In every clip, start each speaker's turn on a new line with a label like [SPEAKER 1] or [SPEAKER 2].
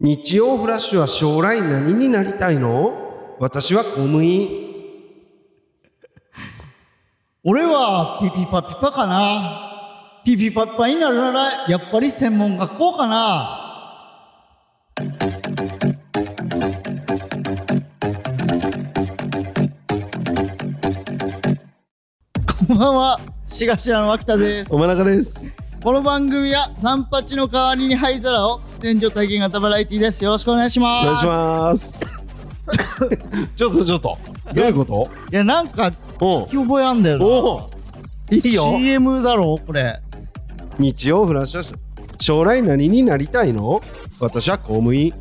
[SPEAKER 1] 日曜フラッシュは将来何になりたいの私は公務員。
[SPEAKER 2] 俺はピピパピパかな。ピピパピパになるなら、やっぱり専門学校かな。こんばんは、しがしらの脇田です。
[SPEAKER 1] おまなかです。
[SPEAKER 2] この番組は三八の代わりに灰皿を天井体験型バラエティです。よろしくお願いしま
[SPEAKER 1] お
[SPEAKER 2] す。
[SPEAKER 1] 願いします。 ちょっとちょっと。どういうこ
[SPEAKER 2] いや、なんか
[SPEAKER 1] と
[SPEAKER 2] 聞き覚えあんだよ
[SPEAKER 1] お
[SPEAKER 2] な。
[SPEAKER 1] おいいよ。
[SPEAKER 2] CM だろこれ。
[SPEAKER 1] 日曜フラッシュは将来何になりたいの私は公務員。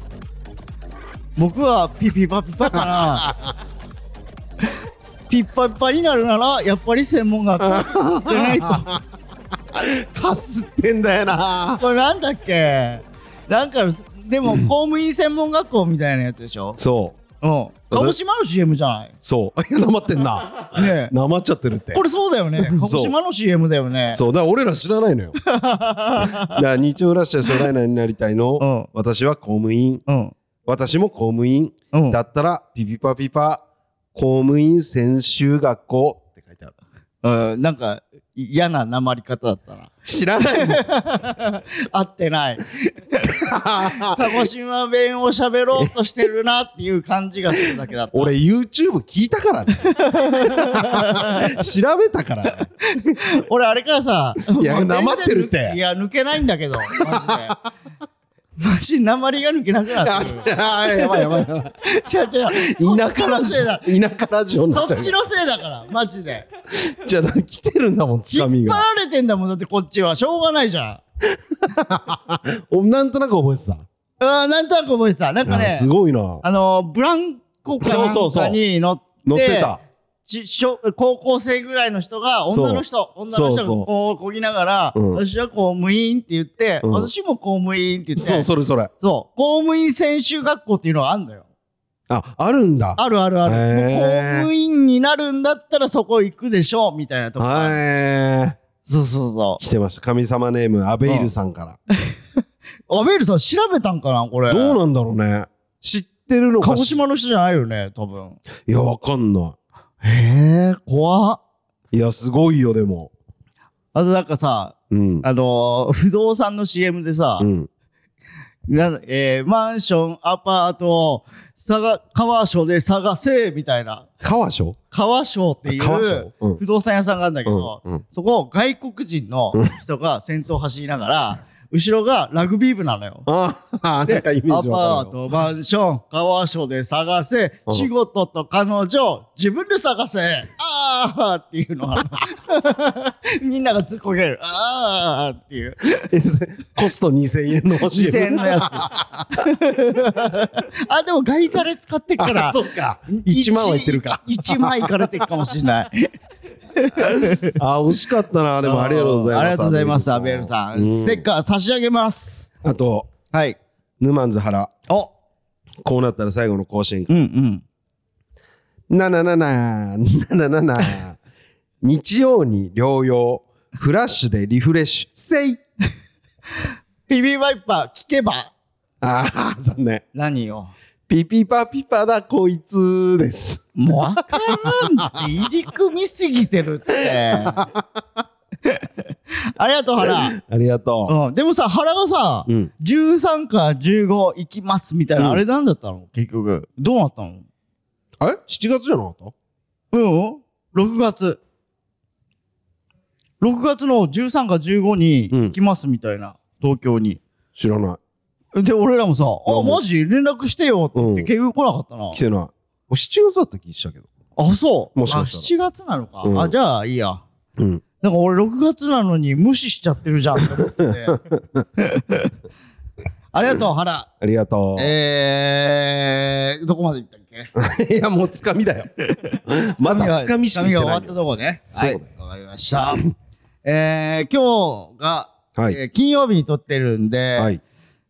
[SPEAKER 2] 僕はピピパピパか な。ピッパピパになるなら、やっぱり専門学 校じゃないと。
[SPEAKER 1] かすってんだよな。
[SPEAKER 2] これなんだっけなんかの、でも公務員専門学校みたいなやつでしょ
[SPEAKER 1] そう。
[SPEAKER 2] うん。鹿児島の CM じゃない
[SPEAKER 1] そう。い や、なまってんな。
[SPEAKER 2] ね
[SPEAKER 1] なまっちゃってるって
[SPEAKER 2] え。これ そうだよね。鹿児島の CM だよね。
[SPEAKER 1] そうだから俺ら知らない のよだから日曜フラッシュは将来何になりたいの、
[SPEAKER 2] うん
[SPEAKER 1] 私は公務員
[SPEAKER 2] うん。
[SPEAKER 1] 私も公務員、
[SPEAKER 2] うん
[SPEAKER 1] だったらピピパピパ公務員専修学校って書いてある
[SPEAKER 2] うん、なんか嫌な訛り方だったな。
[SPEAKER 1] 知らないもん
[SPEAKER 2] 合って ない。鹿児島弁を喋ろうとしてるなっていう感じがするだけだった。
[SPEAKER 1] 俺 YouTube 聞いたからね調べた からね
[SPEAKER 2] 俺あれからさ、
[SPEAKER 1] いや
[SPEAKER 2] もう
[SPEAKER 1] なまってるって
[SPEAKER 2] 全然抜けいや、抜けないんだけど、マジで。マジ訛りが抜けなくな
[SPEAKER 1] あ
[SPEAKER 2] ってる。
[SPEAKER 1] あやばいやばいやばい
[SPEAKER 2] 違う違う。
[SPEAKER 1] 田舎
[SPEAKER 2] そっち
[SPEAKER 1] ラ
[SPEAKER 2] の
[SPEAKER 1] ジ
[SPEAKER 2] せいだ。
[SPEAKER 1] オ田舎ラジオにな
[SPEAKER 2] そ
[SPEAKER 1] っちゃ
[SPEAKER 2] っ
[SPEAKER 1] う
[SPEAKER 2] ちのせいだから、マジで。
[SPEAKER 1] じゃあ来てるんだもんつ
[SPEAKER 2] 引
[SPEAKER 1] か
[SPEAKER 2] っ
[SPEAKER 1] み
[SPEAKER 2] 張
[SPEAKER 1] が
[SPEAKER 2] られてんだもん、だってこっちは。しょうがないじゃん。
[SPEAKER 1] おなんとなく覚えてた
[SPEAKER 2] うん、なんとなく覚えてた。なんか
[SPEAKER 1] あ
[SPEAKER 2] ね、
[SPEAKER 1] すごいな
[SPEAKER 2] あの、ブランコかな
[SPEAKER 1] そうんそうそ
[SPEAKER 2] か
[SPEAKER 1] う
[SPEAKER 2] に乗って、
[SPEAKER 1] 乗ってた
[SPEAKER 2] ち小高校生ぐらいの人が、
[SPEAKER 1] そう
[SPEAKER 2] 女の人、女の
[SPEAKER 1] そう
[SPEAKER 2] 人
[SPEAKER 1] そう
[SPEAKER 2] がこうこぎながら、
[SPEAKER 1] うん
[SPEAKER 2] 私は公務員って言って、
[SPEAKER 1] うん
[SPEAKER 2] 私も公務員って言って、
[SPEAKER 1] そうそれそれ
[SPEAKER 2] そう公務員専修学校っていうのがあるのよ。
[SPEAKER 1] ああるんだ
[SPEAKER 2] あるあるある。
[SPEAKER 1] へー
[SPEAKER 2] もう公務員になるんだったらそこ行くでしょう、みたいなとこ。
[SPEAKER 1] はい。
[SPEAKER 2] そうそうそ
[SPEAKER 1] 来てました。神様ネーム、アベイルさんか
[SPEAKER 2] う。アベールさん調べたんかなこれ。
[SPEAKER 1] ら。どうなんだろうね。知ってるのか
[SPEAKER 2] 鹿児島の人じゃないよね、多分。
[SPEAKER 1] いや、わかんな
[SPEAKER 2] へえ、怖っ。
[SPEAKER 1] い。いや、すごいよ、でも。
[SPEAKER 2] あとなんかさ、
[SPEAKER 1] うん。
[SPEAKER 2] あのー不動産の CM でさ、
[SPEAKER 1] うん。
[SPEAKER 2] なんえーマンション、アパート、探、川所で探せ、みたいな。
[SPEAKER 1] 川所
[SPEAKER 2] 川所ってい
[SPEAKER 1] 川所
[SPEAKER 2] う
[SPEAKER 1] うん
[SPEAKER 2] 不動産屋さんがあるんだけど、
[SPEAKER 1] うんうん
[SPEAKER 2] そこを外国人の人が先頭走りな がら、後ろがラグビー部なのよ。
[SPEAKER 1] ああ、なんかイメー
[SPEAKER 2] ア
[SPEAKER 1] ジわか
[SPEAKER 2] パー
[SPEAKER 1] るよ。
[SPEAKER 2] ト、マンション、川所で探せ、
[SPEAKER 1] うん
[SPEAKER 2] 仕事と彼女、自分で探せ、あーっていうの が、みんなが突っこげる、あーっていう。
[SPEAKER 1] えコスト2000円の欲しい。
[SPEAKER 2] 2000のや つ。あ、でもガイタレ使ってっか
[SPEAKER 1] あ
[SPEAKER 2] ら。
[SPEAKER 1] そっか。1万はいってるか。
[SPEAKER 2] 1万いかれてるかもしれない。
[SPEAKER 1] あ、惜しかったな。でもありがとうございます。
[SPEAKER 2] ありがとうございます、アベルさん。
[SPEAKER 1] う
[SPEAKER 2] ステッカー差し上げます。
[SPEAKER 1] あと、
[SPEAKER 2] はい。
[SPEAKER 1] 沼津原。
[SPEAKER 2] お
[SPEAKER 1] こうなったら最後の更新
[SPEAKER 2] うんうん。
[SPEAKER 1] なななな、ななな な。日曜に療養、フラッシュでリフレッシュ、せい
[SPEAKER 2] ピビワイパー聞けば
[SPEAKER 1] ああ、残念。
[SPEAKER 2] 何よ。
[SPEAKER 1] ピピパピパだこいつです。
[SPEAKER 2] もうわからんって入り組みすぎてる って。ありがとう、原。
[SPEAKER 1] ありがと
[SPEAKER 2] うん、でもさ、原がさ、
[SPEAKER 1] うん
[SPEAKER 2] 13か15行きますみたいな、
[SPEAKER 1] うん
[SPEAKER 2] あれなんだったの結局。どうなったの
[SPEAKER 1] う。え ?7 月じゃなかった
[SPEAKER 2] うん6月6月の13か15に
[SPEAKER 1] うん
[SPEAKER 2] 行きますみたいな、東京に
[SPEAKER 1] 知らな
[SPEAKER 2] で俺らもさ「
[SPEAKER 1] う
[SPEAKER 2] あ
[SPEAKER 1] ん
[SPEAKER 2] マジ連絡してよ」って言って
[SPEAKER 1] うん
[SPEAKER 2] 結局来なかったな、
[SPEAKER 1] い。来てない。もう7月だった気したけど。
[SPEAKER 2] あそう
[SPEAKER 1] もしかし
[SPEAKER 2] あ7月なのか、
[SPEAKER 1] うん
[SPEAKER 2] あじゃあいいや
[SPEAKER 1] うん。
[SPEAKER 2] なんか俺6月なのに無視しちゃってるじゃんって思って ありがとう原
[SPEAKER 1] ありがとう。
[SPEAKER 2] えー、どこまで行ったっけ
[SPEAKER 1] いや、もうつかみだ よ。まだつかみしか
[SPEAKER 2] つかみ
[SPEAKER 1] 言
[SPEAKER 2] が
[SPEAKER 1] って
[SPEAKER 2] 終わ
[SPEAKER 1] な
[SPEAKER 2] った
[SPEAKER 1] いよ。
[SPEAKER 2] とこね。
[SPEAKER 1] そうだよ。
[SPEAKER 2] はいわかりました。えー、今日が、
[SPEAKER 1] はい
[SPEAKER 2] えー金曜日に撮ってるんで、
[SPEAKER 1] はい。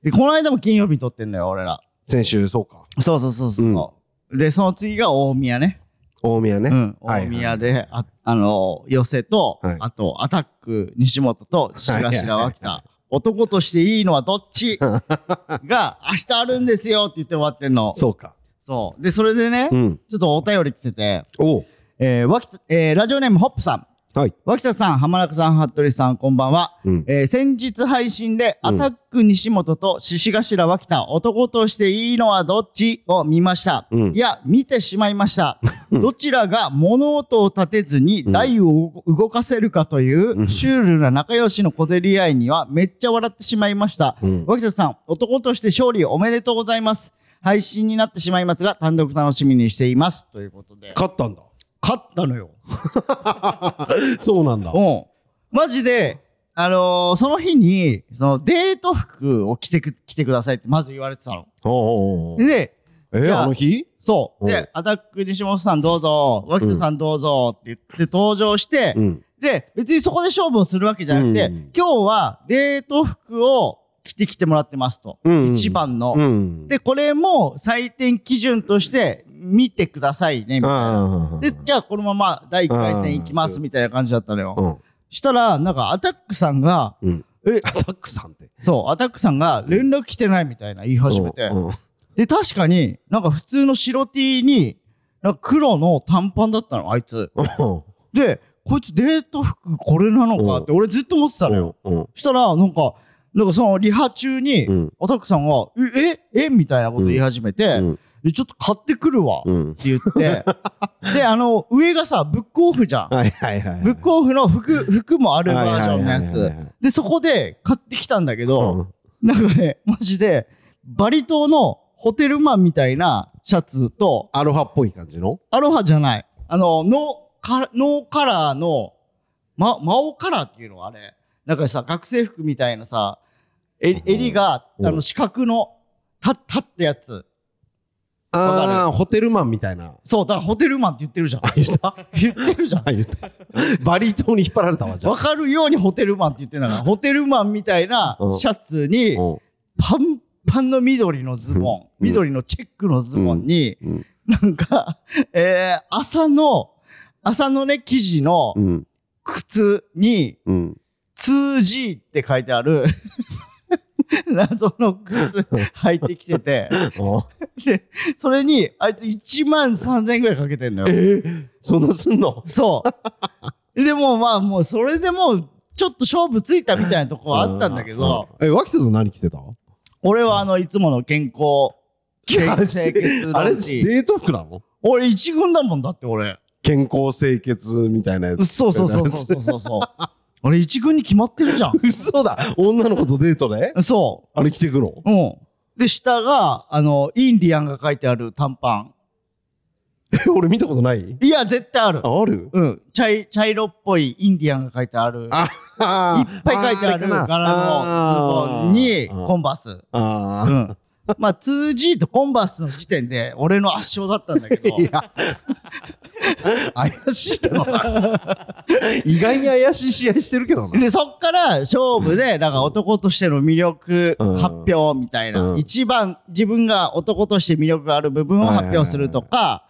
[SPEAKER 2] で、この間も金曜日に撮ってんのよ、俺ら。
[SPEAKER 1] 先週、そうか。
[SPEAKER 2] そうそうそうそう。で、その次が大宮ね。
[SPEAKER 1] 大宮ね。
[SPEAKER 2] うん。
[SPEAKER 1] はい
[SPEAKER 2] 大宮で、ああの、寄せと、
[SPEAKER 1] はい
[SPEAKER 2] あと、アタック、西本と、
[SPEAKER 1] はい
[SPEAKER 2] 白白脇田。男としていいのはどっ ちが明日あるんですよって言って終わってんの。
[SPEAKER 1] そうか。
[SPEAKER 2] そう。で、それでね、
[SPEAKER 1] うん。
[SPEAKER 2] ちょっとお便り来てて、
[SPEAKER 1] おう
[SPEAKER 2] えー、脇田、えーラジオネームホップさん。
[SPEAKER 1] はい。
[SPEAKER 2] 脇田さん、浜中さん、服部さん、こんばんは。
[SPEAKER 1] うん
[SPEAKER 2] えー先日配信で、
[SPEAKER 1] うん
[SPEAKER 2] アタック西本と獅子頭脇田、男としていいのはどっちを見ました。
[SPEAKER 1] うん
[SPEAKER 2] いや、見てしまい ました。どちらが物音を立てずに台を動かせるかという、シュールな仲良しの小競り合いにはめっちゃ笑ってしまいました。
[SPEAKER 1] うん
[SPEAKER 2] 脇田さん、男として勝利おめでとうございます。配信になってしまいますが、単独楽しみにしています。ということで。
[SPEAKER 1] 勝ったん だ。
[SPEAKER 2] 勝ったのよ。
[SPEAKER 1] そうなんだ。
[SPEAKER 2] うん。マジで、あのーその日に、そのデート服を着てく、着てくださいってまず言われてたの。
[SPEAKER 1] おうおうおう
[SPEAKER 2] で、
[SPEAKER 1] え
[SPEAKER 2] い
[SPEAKER 1] ー、
[SPEAKER 2] や
[SPEAKER 1] あの日
[SPEAKER 2] そう。
[SPEAKER 1] うん
[SPEAKER 2] で、アタック西本さんどうぞ、脇田さんどうぞって言って登場して、
[SPEAKER 1] うん。
[SPEAKER 2] で、別にそこで勝負をするわけじゃなくて、
[SPEAKER 1] うん
[SPEAKER 2] 今日はデート服を着てきてもらってますと。
[SPEAKER 1] うん
[SPEAKER 2] 一番の。
[SPEAKER 1] うん。
[SPEAKER 2] で、これも採点基準として見てくださいね、みたいな。
[SPEAKER 1] ああ。
[SPEAKER 2] で、じゃあこのまま第1回戦いきま
[SPEAKER 1] あ
[SPEAKER 2] す、
[SPEAKER 1] ー
[SPEAKER 2] みたいな感じだったのよ。
[SPEAKER 1] うん。
[SPEAKER 2] したら、なんかアタックさんが、
[SPEAKER 1] うん。
[SPEAKER 2] え
[SPEAKER 1] アタックさんって。
[SPEAKER 2] そう、アタックさんが連絡来てないみたいな言い始めて。
[SPEAKER 1] うんうん
[SPEAKER 2] で、確かになんか普通の白 T に、なんか黒の短パンだったの、あいつ。
[SPEAKER 1] うん
[SPEAKER 2] で、こいつデート服これなのかって俺ずっと思ってたのよ。
[SPEAKER 1] うん。
[SPEAKER 2] したら、なんか、なんかそのリハ中に、
[SPEAKER 1] うん。
[SPEAKER 2] アタックさんが、え、え、えみたいなこと言い始めて、
[SPEAKER 1] うん
[SPEAKER 2] でちょっと買ってくるわっ
[SPEAKER 1] うん。
[SPEAKER 2] て 言って、で、あの、上がさ、ブックオフじゃん。
[SPEAKER 1] はいはいはいはい。
[SPEAKER 2] ブックオフの服、服もあるバージョンのや
[SPEAKER 1] はいはい
[SPEAKER 2] つ
[SPEAKER 1] はいはい。
[SPEAKER 2] で、そこで買ってきたんだけど、
[SPEAKER 1] うん
[SPEAKER 2] なんかね、マジで、バリ島のホテルマンみたいなシャツと、
[SPEAKER 1] アロハっぽい感じの
[SPEAKER 2] アロハじゃない、あの、ノーカノーカラーの、ま、マオカラーっていうのあれ。なんかさ、学生服みたいなさ、え襟が、
[SPEAKER 1] うん
[SPEAKER 2] あの、四角の、た、たってやつ。
[SPEAKER 1] ああ、ホテルマンみたいな。
[SPEAKER 2] そう、だからホテルマンって言ってるじゃん。
[SPEAKER 1] 言った
[SPEAKER 2] 言ってるじゃん。
[SPEAKER 1] あ言 った。バリ島に引っ張られたわ、じゃ
[SPEAKER 2] わ
[SPEAKER 1] あ。
[SPEAKER 2] かるようにホテルマンって言ってんだから、ホテルマンみたいな
[SPEAKER 1] うん
[SPEAKER 2] シャツに、
[SPEAKER 1] うん
[SPEAKER 2] パンパンの緑のズボン、
[SPEAKER 1] うん
[SPEAKER 2] 緑のチェックのズボンに、
[SPEAKER 1] うん
[SPEAKER 2] なんか、えー、朝の、朝のね、生地の
[SPEAKER 1] うん。
[SPEAKER 2] 靴に、
[SPEAKER 1] うん。
[SPEAKER 2] 2G って書いてある、 謎の靴履いてきてて、で、それに、あいつ1万3000円ぐらいかけてんのよ。
[SPEAKER 1] そんなすんの
[SPEAKER 2] そう。でもまあ、もうそれでもう、ちょっと勝負ついたみたいなとこはあったんだけど、
[SPEAKER 1] うんえ、脇田さん何着てた
[SPEAKER 2] 俺はあの、いつもの健 康、
[SPEAKER 1] あれ
[SPEAKER 2] 清潔の
[SPEAKER 1] あれ
[SPEAKER 2] うち
[SPEAKER 1] デート服なの
[SPEAKER 2] 俺一軍だもんだって俺。
[SPEAKER 1] 健康清潔みたいなやつ。
[SPEAKER 2] そうそうそうそうそうそう そう。俺一軍に決まってるじゃ
[SPEAKER 1] 嘘だ女の子とデートで
[SPEAKER 2] ん。そ
[SPEAKER 1] あれ着てくの
[SPEAKER 2] う。うん。で、下が、あの、インディアンが書いてある短パ
[SPEAKER 1] え俺見たことない
[SPEAKER 2] ン。いや、絶対ある。
[SPEAKER 1] あある
[SPEAKER 2] うん。茶い茶色っぽいインディアンが書いてある。いっ
[SPEAKER 1] ああー
[SPEAKER 2] ぱい書いてある
[SPEAKER 1] れか
[SPEAKER 2] 柄
[SPEAKER 1] な
[SPEAKER 2] のズボンに、
[SPEAKER 1] あー
[SPEAKER 2] コンバース。
[SPEAKER 1] あ
[SPEAKER 2] う
[SPEAKER 1] ー
[SPEAKER 2] ん。まあ、2G とコンバースの時点で、俺の圧勝だったんだけど。
[SPEAKER 1] いや、怪しいけどな。意外に怪しい試合してるけどな。
[SPEAKER 2] で、そっから勝負で、なんか男としての魅力
[SPEAKER 1] うん
[SPEAKER 2] 発表みたいな、
[SPEAKER 1] うん
[SPEAKER 2] 一番自分が男として魅力がある部分を発表するとか、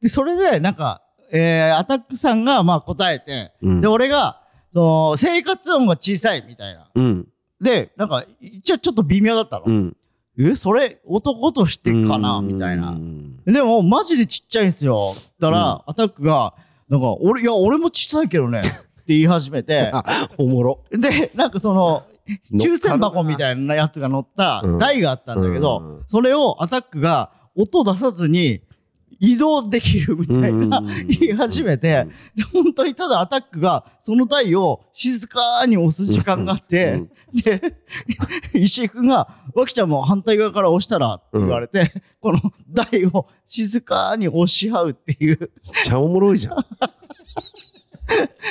[SPEAKER 2] で、それで、なんか、えー、アタックさんが、まあ答えて、
[SPEAKER 1] うん
[SPEAKER 2] で、俺が、その、生活音が小さいみたいな。
[SPEAKER 1] うん。
[SPEAKER 2] で、なんか、一応ちょっと微妙だったの。
[SPEAKER 1] ん。
[SPEAKER 2] え、それ、男としてかなみたいな
[SPEAKER 1] う。ん
[SPEAKER 2] でも、マジでちっちゃいんすよ。だから、アタックが、なんか、俺、いや、俺も小さいけどね、って言い始 めて、
[SPEAKER 1] あ、おもろ。
[SPEAKER 2] で、なんかその、
[SPEAKER 1] 乗っかる
[SPEAKER 2] 抽選箱みたいなやつが乗った
[SPEAKER 1] うん
[SPEAKER 2] 台があったんだけど、
[SPEAKER 1] うん
[SPEAKER 2] それをアタックが音出さずに移動できるみたいな
[SPEAKER 1] うん
[SPEAKER 2] 言い始めて、で本当にただアタックがその台を静かに押す時間があって、で、石井くんが、脇ちゃんも反対側から押したらって言われて、この台を静かに押し合うっていう
[SPEAKER 1] めっちゃおもろいじゃん。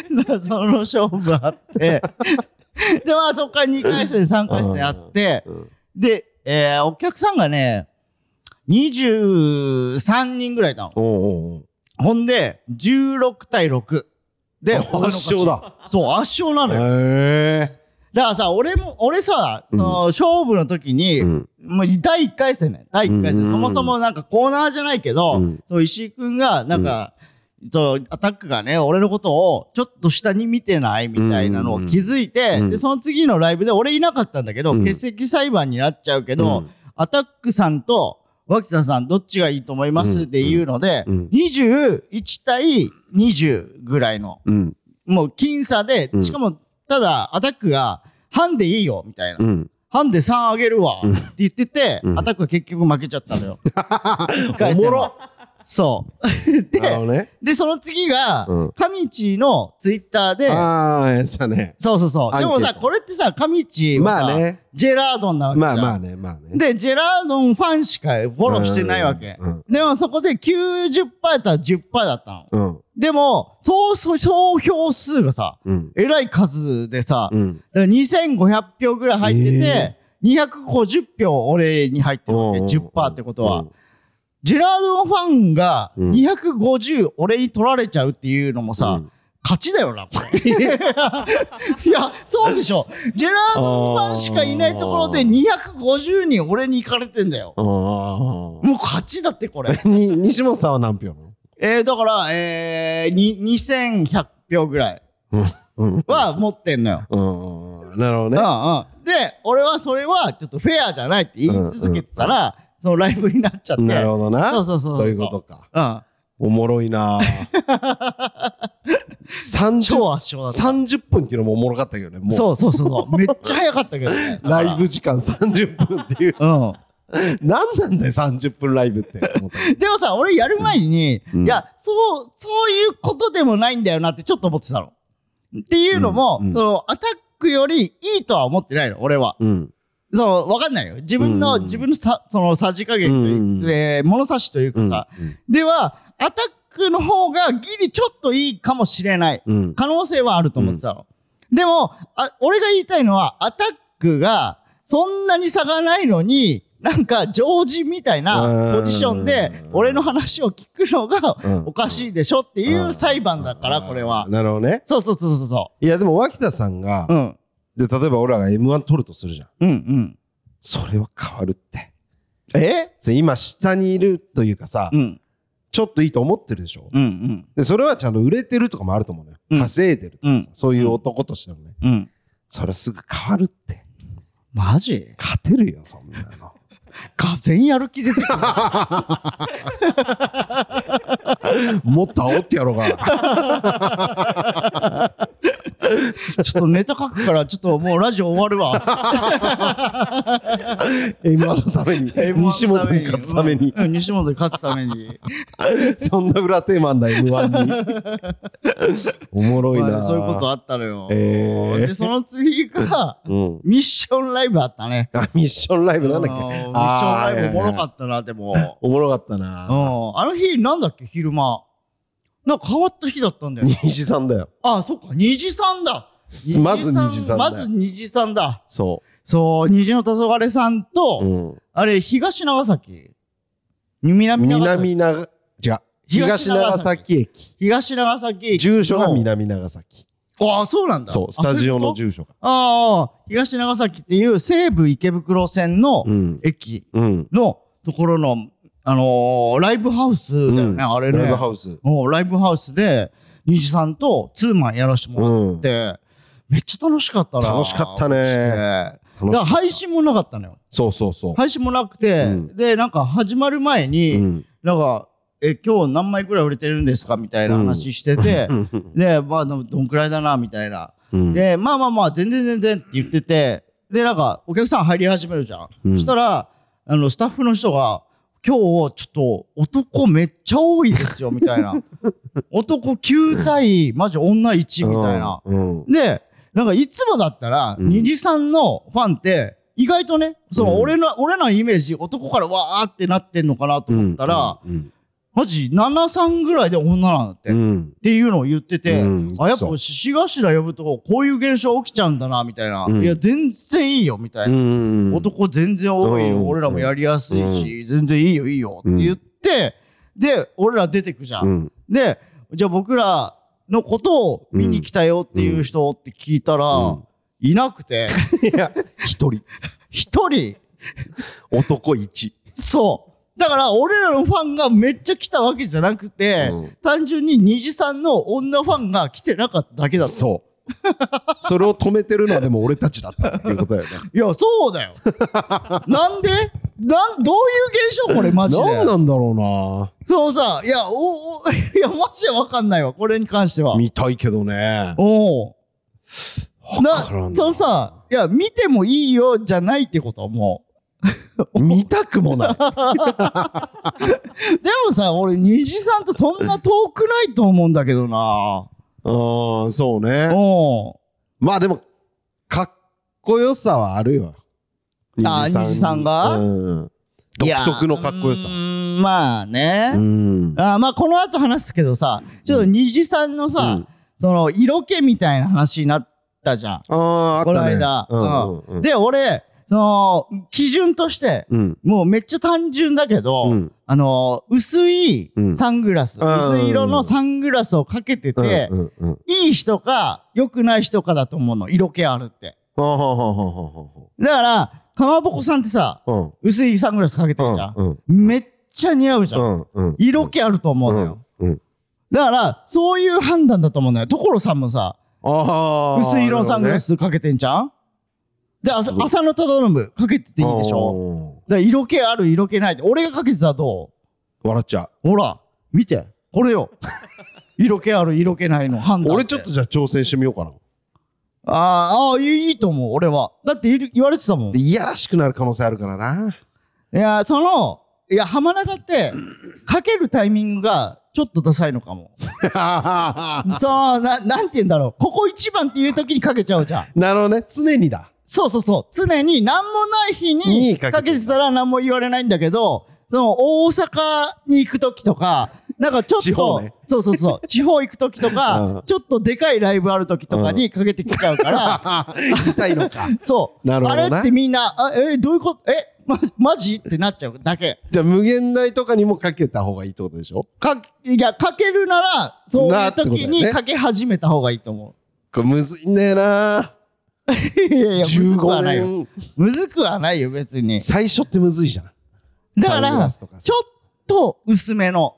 [SPEAKER 2] 謎の勝負あって、で、まあそこから2回戦、3回戦あって、
[SPEAKER 1] うん
[SPEAKER 2] で、えーお客さんがね、23人ぐらいいたの。
[SPEAKER 1] おうおうおう
[SPEAKER 2] ほんで、16対6。で、
[SPEAKER 1] あ
[SPEAKER 2] 俺の勝ち
[SPEAKER 1] 圧勝だ。
[SPEAKER 2] そう、圧勝なのよ。
[SPEAKER 1] へ
[SPEAKER 2] だからさ、俺も、俺さ、その勝負の時に、
[SPEAKER 1] え。ん。
[SPEAKER 2] もう第1回戦ね。第1回
[SPEAKER 1] う
[SPEAKER 2] 戦。
[SPEAKER 1] ん
[SPEAKER 2] そもそもなんかコーナーじゃないけど、
[SPEAKER 1] うん
[SPEAKER 2] そう石井くんが、なんか、そう、アタックがね、俺のことをちょっと下に見てないみたいなのを気づいて、
[SPEAKER 1] うん
[SPEAKER 2] で、その次のライブで俺いなかったんだけど、
[SPEAKER 1] うん
[SPEAKER 2] 欠席裁判になっちゃうけど、
[SPEAKER 1] うん
[SPEAKER 2] アタックさんと脇田さんどっちがいいと思いますっていうので、
[SPEAKER 1] うんうん
[SPEAKER 2] 21対20ぐらいの、
[SPEAKER 1] うん。
[SPEAKER 2] もう僅差で
[SPEAKER 1] う、ん
[SPEAKER 2] しかも、ただアタックが、ハンでいいよ、みたいな。
[SPEAKER 1] うん。
[SPEAKER 2] ハンで3あげるわ、って言ってて、
[SPEAKER 1] うん
[SPEAKER 2] アタックは結局負けちゃった のよ。
[SPEAKER 1] おもろ
[SPEAKER 2] そう。 で、
[SPEAKER 1] なるほどね。
[SPEAKER 2] で、その次が、
[SPEAKER 1] うん
[SPEAKER 2] 上市のツイッターで、
[SPEAKER 1] ああ、そうね。
[SPEAKER 2] そうそうそう。でも
[SPEAKER 1] アンケー
[SPEAKER 2] さ、
[SPEAKER 1] ト
[SPEAKER 2] これってさ、上市はさ、
[SPEAKER 1] まあね。
[SPEAKER 2] ジェラードンなわけじ
[SPEAKER 1] ま
[SPEAKER 2] ゃ
[SPEAKER 1] あ
[SPEAKER 2] ん。
[SPEAKER 1] まあね、まあね。
[SPEAKER 2] で、ジェラードンファンしかフォローしてないわけ。
[SPEAKER 1] うん
[SPEAKER 2] でもそこで90%やったら10%だったの。
[SPEAKER 1] うん。
[SPEAKER 2] でも、総総票数がさ、
[SPEAKER 1] うん。
[SPEAKER 2] えらい数でさ、
[SPEAKER 1] うん。
[SPEAKER 2] だから2500票ぐらい入ってて、
[SPEAKER 1] え
[SPEAKER 2] 250票俺に入ってるわけ。10%ってことは。ジェラードンファンが
[SPEAKER 1] うん
[SPEAKER 2] 250俺に取られちゃうっていうのもさ、
[SPEAKER 1] うん
[SPEAKER 2] 勝ちだよな、これ。 いや、そうでしょ。ジェラードンファンしかいないところで
[SPEAKER 1] あ
[SPEAKER 2] 250人俺に行かれてんだよ。
[SPEAKER 1] うん。うん。
[SPEAKER 2] もう勝ちだって、これ
[SPEAKER 1] に西本さんは何票なの
[SPEAKER 2] えー、だから、えー、に2100票ぐらい
[SPEAKER 1] うん
[SPEAKER 2] は持ってんのよ。
[SPEAKER 1] うんうんなるほど
[SPEAKER 2] うん
[SPEAKER 1] ね。
[SPEAKER 2] うん。で、俺はそれはちょっとフェアじゃないって言い続けてたら、そのライブになっちゃって。
[SPEAKER 1] なるほどな。
[SPEAKER 2] そうそうそうそう
[SPEAKER 1] そういうことか。
[SPEAKER 2] うん。
[SPEAKER 1] おもろいな 30,
[SPEAKER 2] 超圧勝だった。
[SPEAKER 1] 30分っていうのもおもろかったけどね。もう
[SPEAKER 2] そうそうそうそう。めっちゃ早かったけどね。
[SPEAKER 1] ライブ時間30分っていう。
[SPEAKER 2] うん。
[SPEAKER 1] 何なんだよ、30分ライブって思ったけ
[SPEAKER 2] でもさ、俺やる前に、
[SPEAKER 1] うん
[SPEAKER 2] いや、そう、そういうことでもないんだよなってちょっと思ってたの。っていうのも、
[SPEAKER 1] うんうん
[SPEAKER 2] その、アタックよりいいとは思ってないの、俺は。
[SPEAKER 1] ど。うん。
[SPEAKER 2] そう、わかんないよ。自分の、
[SPEAKER 1] うん
[SPEAKER 2] 自分のさ、その、さじ加減という、
[SPEAKER 1] うんうん
[SPEAKER 2] えー物差しというかさ、
[SPEAKER 1] うん
[SPEAKER 2] では、アタックの方がギリちょっといいかもしれない。
[SPEAKER 1] うん。
[SPEAKER 2] 可能性はあると思ってたの。でも、あ、俺が言いたいのは、アタックが、そんなに差がないのに、なんか、常人みたいな
[SPEAKER 1] うん
[SPEAKER 2] ポジションで、俺の話を聞くのが
[SPEAKER 1] うん
[SPEAKER 2] おかしいでしょっていううん裁判だから、これは。
[SPEAKER 1] なるほどね。
[SPEAKER 2] そうそうそうそうそ
[SPEAKER 1] いや、でも脇田さんが
[SPEAKER 2] う。う、ん。
[SPEAKER 1] で、例えば俺らが M1 取るとするじゃん。
[SPEAKER 2] うんうん。
[SPEAKER 1] それは変わるって。
[SPEAKER 2] え
[SPEAKER 1] で今、下にいるというかさ、
[SPEAKER 2] うん。
[SPEAKER 1] ちょっといいと思ってるでしょ
[SPEAKER 2] うんうん。
[SPEAKER 1] で、それはちゃんと売れてるとかもあると思うのよ。
[SPEAKER 2] うん
[SPEAKER 1] 稼いでるとかさ
[SPEAKER 2] う、
[SPEAKER 1] そういう男としてのね。
[SPEAKER 2] うん。
[SPEAKER 1] それはすぐ変わるって。
[SPEAKER 2] マジ
[SPEAKER 1] 勝てるよ、そんなの。
[SPEAKER 2] がぜんやる気出てくる。
[SPEAKER 1] もっと煽ってやろうかな。
[SPEAKER 2] ちょっとネタ書くから、ちょっともうラジオ終わるわ。
[SPEAKER 1] M1 のために、西本に勝つために、
[SPEAKER 2] うん、西本に勝つために。
[SPEAKER 1] そんな裏テーマなんだ、M1 に。おもろい
[SPEAKER 2] ま
[SPEAKER 1] な。
[SPEAKER 2] あそういうことあったのよ。
[SPEAKER 1] えー
[SPEAKER 2] で、その次が、
[SPEAKER 1] うん。
[SPEAKER 2] ミッションライブあったね。
[SPEAKER 1] あ、ミッションライブなんだっけ
[SPEAKER 2] あのーミッション
[SPEAKER 1] あー
[SPEAKER 2] ライブおもろ
[SPEAKER 1] はいはい
[SPEAKER 2] か
[SPEAKER 1] はい
[SPEAKER 2] ったな、でも。うん
[SPEAKER 1] おもろかったな。
[SPEAKER 2] あの日、なんだっけ、昼間。なんか変わった日だったんだよ。
[SPEAKER 1] 虹さんだよ。
[SPEAKER 2] あ、そっか、虹さんだ。
[SPEAKER 1] まず虹さんだ
[SPEAKER 2] ま
[SPEAKER 1] よ
[SPEAKER 2] ず虹さんだ。
[SPEAKER 1] そ
[SPEAKER 2] そう、虹の黄昏さんと、
[SPEAKER 1] う。うん。
[SPEAKER 2] あれ、東長崎。南長崎。
[SPEAKER 1] 南長、違う。
[SPEAKER 2] 東
[SPEAKER 1] 東
[SPEAKER 2] 長
[SPEAKER 1] 長
[SPEAKER 2] 崎
[SPEAKER 1] 崎駅。
[SPEAKER 2] 東長崎。
[SPEAKER 1] 住所が。南長崎。
[SPEAKER 2] ああ、そうなんだ。
[SPEAKER 1] そう、スタジオの
[SPEAKER 2] あそうい
[SPEAKER 1] 住
[SPEAKER 2] うこと
[SPEAKER 1] 所が。
[SPEAKER 2] ああ、東長崎っていう西武池袋線の、
[SPEAKER 1] うん。
[SPEAKER 2] 駅
[SPEAKER 1] うん。
[SPEAKER 2] のところの、あのーライブハウスだよね、
[SPEAKER 1] うん
[SPEAKER 2] あれね。
[SPEAKER 1] ライブハウス。
[SPEAKER 2] うんライブハウスで、虹さんとツーマンやらせてもら
[SPEAKER 1] うん
[SPEAKER 2] っ。て、めっちゃ楽しかったな。
[SPEAKER 1] 楽しかったね
[SPEAKER 2] してだから配信もなかったのよ。
[SPEAKER 1] そうそうそう。
[SPEAKER 2] 配信もなくて、
[SPEAKER 1] うん
[SPEAKER 2] で、なんか始まる前に、
[SPEAKER 1] うん。
[SPEAKER 2] なんか、え、今日何枚くらい売れてるんですかみたいな話してて、で、まあ、どどんくらいだな、みたいな。
[SPEAKER 1] うん
[SPEAKER 2] で、まあまあまあ、全然全然って言ってて、で、なんか、お客さん入り始めるじゃん。
[SPEAKER 1] うん
[SPEAKER 2] そしたら、あの、スタッフの人が、今日、ちょっと、男めっちゃ多いですよ、みたい な。男9対、マジ女1みたいな。
[SPEAKER 1] うん。
[SPEAKER 2] で、なんか、いつもだったら、
[SPEAKER 1] うん
[SPEAKER 2] 二次さんのファンって、意外とね、その、
[SPEAKER 1] うん
[SPEAKER 2] 俺の、俺らのイメージ、男からわーってなってんのかなと思ったら、
[SPEAKER 1] うん、
[SPEAKER 2] マジ、7、3ぐらいで女なんだって。
[SPEAKER 1] う
[SPEAKER 2] っ
[SPEAKER 1] ん。
[SPEAKER 2] ていうのを言ってて、
[SPEAKER 1] うん
[SPEAKER 2] あ、やっぱ獅子頭呼ぶとこういう現象起きちゃうんだな、みたいな。
[SPEAKER 1] うん
[SPEAKER 2] いや、全然いいよ、みたいな。
[SPEAKER 1] ん
[SPEAKER 2] 男全然多いよ、
[SPEAKER 1] うん
[SPEAKER 2] 俺らもやりやすいし、全然いいよ、いいよ、って言って、で、俺ら出てくじゃん。
[SPEAKER 1] うん。
[SPEAKER 2] で、じゃあ僕らのことを見に来たよっていう人って聞いたら、
[SPEAKER 1] うん
[SPEAKER 2] いなく て、
[SPEAKER 1] いや、一人。
[SPEAKER 2] 一人、
[SPEAKER 1] 男一。
[SPEAKER 2] そだから、俺らのファンがめっちゃ来たわけじゃなくて、
[SPEAKER 1] うん
[SPEAKER 2] 単純に虹さんの女ファンが来てなかっただけだろ。
[SPEAKER 1] そう。それを止めてるのはでも俺たちだったっていうことだよね。
[SPEAKER 2] いや、そ うだよ。なんでなん、どういう現象これ、マジで。
[SPEAKER 1] 何なんだろ
[SPEAKER 2] そうさ、いや、お、 お、いや、マジでわかんないわ、これに関して
[SPEAKER 1] う
[SPEAKER 2] は
[SPEAKER 1] な。。見たいけどね。
[SPEAKER 2] おう
[SPEAKER 1] わからん
[SPEAKER 2] な、
[SPEAKER 1] な
[SPEAKER 2] そうさ、いや、見てもいいよ、じゃないってこと、も
[SPEAKER 1] 見たくも ない。
[SPEAKER 2] う。でもさ、俺、虹さんとそんな遠くないと思うんだけどな。
[SPEAKER 1] うん、そうね。
[SPEAKER 2] おう
[SPEAKER 1] まあでも、かっこよさはあるよ。
[SPEAKER 2] あー虹さんが
[SPEAKER 1] うん。独特のかっこよさ
[SPEAKER 2] いや。うーんまあね。
[SPEAKER 1] うん。
[SPEAKER 2] あーまあ、この後話すけどさ、ちょっと虹さんのさ、
[SPEAKER 1] うん
[SPEAKER 2] その、色気みたいな話になったじゃん。
[SPEAKER 1] ああ、あったね。
[SPEAKER 2] この間
[SPEAKER 1] うんうんうん。
[SPEAKER 2] で、俺、その、基準として、
[SPEAKER 1] うん。
[SPEAKER 2] もうめっちゃ単純だけど、
[SPEAKER 1] うん
[SPEAKER 2] あの、薄いサングラス、
[SPEAKER 1] うん
[SPEAKER 2] 薄い色のサングラスをかけてて、
[SPEAKER 1] うんうんうん。
[SPEAKER 2] いい人か、良くない人かだと思うの。色気あるって。
[SPEAKER 1] あはははは
[SPEAKER 2] だから、かまぼこさんってさ、
[SPEAKER 1] はは。
[SPEAKER 2] 薄いサングラスかけて
[SPEAKER 1] うん。
[SPEAKER 2] る
[SPEAKER 1] う
[SPEAKER 2] じゃん。
[SPEAKER 1] ん。
[SPEAKER 2] めっちゃ似合うじゃん。
[SPEAKER 1] うん。うん。
[SPEAKER 2] 色気あると思うのよ。
[SPEAKER 1] うん。うん。
[SPEAKER 2] だから、そういう判断だと思うのよ。所さんもさ、
[SPEAKER 1] ああ。
[SPEAKER 2] 薄い色のサングラ
[SPEAKER 1] な
[SPEAKER 2] スかけてんじゃんで、あさ
[SPEAKER 1] そう
[SPEAKER 2] 浅野忠信かけててい
[SPEAKER 1] るほどね。
[SPEAKER 2] いでしょ
[SPEAKER 1] ょ
[SPEAKER 2] だから色気ある、色気ないって。俺がかけてたらど
[SPEAKER 1] 笑っちゃう。
[SPEAKER 2] うほら、見て。こ れよ。色気ある、色気ないの判断て。
[SPEAKER 1] 俺ちょっとじゃあ挑戦してみようかな。
[SPEAKER 2] あーあー、いいいいと思う、俺は。だっている言われてたもん。
[SPEAKER 1] で、いやらしくなる可能性あるから な。
[SPEAKER 2] いや、その、いや、浜中って、かけるタイミングが、ちょっとダサいの かも。そう、な、なんて言うんだろう。ここ一番っていう時にかけちゃうじゃん。
[SPEAKER 1] なるほどね。常に だ。
[SPEAKER 2] そうそうそう。常に、なんもない日
[SPEAKER 1] に
[SPEAKER 2] に、
[SPEAKER 1] かけて
[SPEAKER 2] か
[SPEAKER 1] た
[SPEAKER 2] けてたら何も言われないんだけど、その、大阪に行く時とか、なんかちょっと、
[SPEAKER 1] 地方ね
[SPEAKER 2] そうそうそう。地方行く時と か、
[SPEAKER 1] うん
[SPEAKER 2] ちょっとでかいライブある時とかにかけてきちゃ うから、
[SPEAKER 1] 痛いのか。
[SPEAKER 2] そう。
[SPEAKER 1] なるほどな
[SPEAKER 2] あれってみんな、あえどういうことえま、マジってなっちゃうだけ。
[SPEAKER 1] じゃあ、無限大とかにもかけた方がいいってことでしょ
[SPEAKER 2] か、いや、かけるなら、そう
[SPEAKER 1] ないあっ
[SPEAKER 2] う
[SPEAKER 1] てことだ
[SPEAKER 2] 時
[SPEAKER 1] よね
[SPEAKER 2] にかけ始めた方がいいと思
[SPEAKER 1] これむずいんだよな。
[SPEAKER 2] う。 いやいやいや、むずくは
[SPEAKER 1] 15
[SPEAKER 2] ないよ。
[SPEAKER 1] 年。
[SPEAKER 2] むずくはないよ、別に。
[SPEAKER 1] 最初ってむずいじゃん。
[SPEAKER 2] だか
[SPEAKER 1] サング
[SPEAKER 2] ら、
[SPEAKER 1] ラ
[SPEAKER 2] ち
[SPEAKER 1] スと
[SPEAKER 2] ょ
[SPEAKER 1] かさ
[SPEAKER 2] っと薄めの。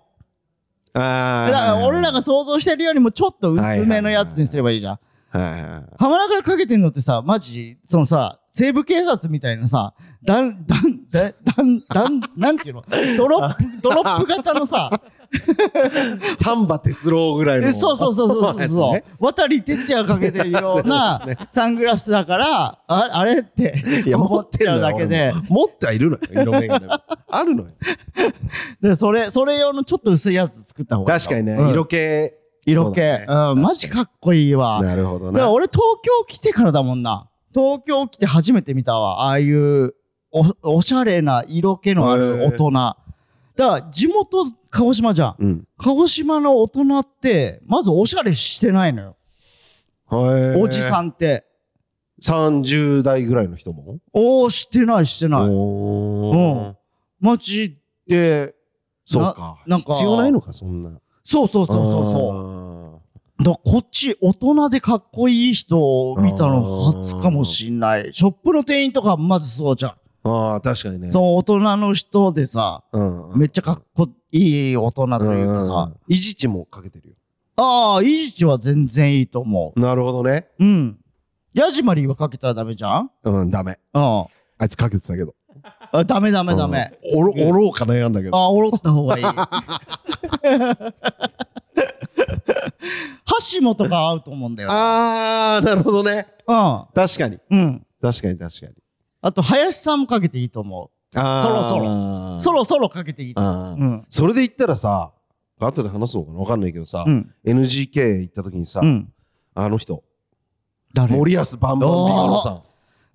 [SPEAKER 1] あ
[SPEAKER 2] だから、俺ら
[SPEAKER 1] が。
[SPEAKER 2] が想像してるよりもちょっと薄めのやつにすればいいじゃん。
[SPEAKER 1] はいはいはい
[SPEAKER 2] 浜中がかけてんのってさ、マジ、そのさ、西部警察みたいなさ、だん、だん、だん、だん、だん、なんていうのドロ ップ、ドロップ型のさ、
[SPEAKER 1] 丹波哲郎ぐらい
[SPEAKER 2] え
[SPEAKER 1] の。
[SPEAKER 2] そうそうそうそうそうそう、
[SPEAKER 1] やつね
[SPEAKER 2] 渡哲也かけてるようなサングラスだからああれって
[SPEAKER 1] いや、持
[SPEAKER 2] 思
[SPEAKER 1] っ
[SPEAKER 2] ってちゃ
[SPEAKER 1] る
[SPEAKER 2] うだけで
[SPEAKER 1] 持ってはいるのよ。色眼 鏡も。あるのよ。
[SPEAKER 2] でそれそれ用のちょっと薄いやつ作った方がいい
[SPEAKER 1] 確かにね
[SPEAKER 2] う。ん
[SPEAKER 1] 色気。
[SPEAKER 2] 色気う、
[SPEAKER 1] そうだね
[SPEAKER 2] ん、マジかっこいいわ
[SPEAKER 1] なるほど
[SPEAKER 2] だから
[SPEAKER 1] な。
[SPEAKER 2] 俺東京来てからだもんな東京来て初めて見たわああいうおおしゃれな色気のある大人、だから地元鹿児島じゃん
[SPEAKER 1] うん。
[SPEAKER 2] 鹿児島の大人ってまずおしゃれしてないのよ、おじさ
[SPEAKER 1] ん。
[SPEAKER 2] んって
[SPEAKER 1] 30代ぐらいの人も
[SPEAKER 2] おおしてないしてない
[SPEAKER 1] お
[SPEAKER 2] う
[SPEAKER 1] ー
[SPEAKER 2] んマジで、
[SPEAKER 1] そうか。
[SPEAKER 2] ななんか
[SPEAKER 1] 必要ないのか、そんな。
[SPEAKER 2] そうそうそうそうそう。
[SPEAKER 1] そ
[SPEAKER 2] だからこっち、大人でかっこいい人を見たの初かもしんない。ショップの店員とかまずそうじゃん。
[SPEAKER 1] う。ああ、確かにね。
[SPEAKER 2] その大人の人でさ、
[SPEAKER 1] うん。
[SPEAKER 2] めっちゃかっこいい大人というか
[SPEAKER 1] うんうんう
[SPEAKER 2] さ
[SPEAKER 1] ん。。いじちもかけてるよ。
[SPEAKER 2] ああ、イジチは全然いいと思
[SPEAKER 1] なるほどね。
[SPEAKER 2] う。うん。ヤジマリーはかけたらダメじゃん
[SPEAKER 1] うん、ダメ。
[SPEAKER 2] うん。
[SPEAKER 1] あいつかけてたけど。
[SPEAKER 2] あダメダメダメ。
[SPEAKER 1] おろ、おろうか悩んだけど。
[SPEAKER 2] ああ、おろった方がいい。 ハシモとか合うと思うんだよ。
[SPEAKER 1] あー、なるほどね。
[SPEAKER 2] うん。
[SPEAKER 1] 確かに。
[SPEAKER 2] うん。
[SPEAKER 1] 確かに確かに。
[SPEAKER 2] あと、林さんもかけていいと思
[SPEAKER 1] あー
[SPEAKER 2] そろそ
[SPEAKER 1] ろ
[SPEAKER 2] う。そろそろかけていいと
[SPEAKER 1] あー
[SPEAKER 2] 思う。うん。
[SPEAKER 1] それで言ったらさ、後で話すのかなわかんないけどさ
[SPEAKER 2] う、ん。
[SPEAKER 1] NGK 行った時にさ
[SPEAKER 2] う、ん。
[SPEAKER 1] あの人、
[SPEAKER 2] 誰
[SPEAKER 1] 森保バンバンビガロさん。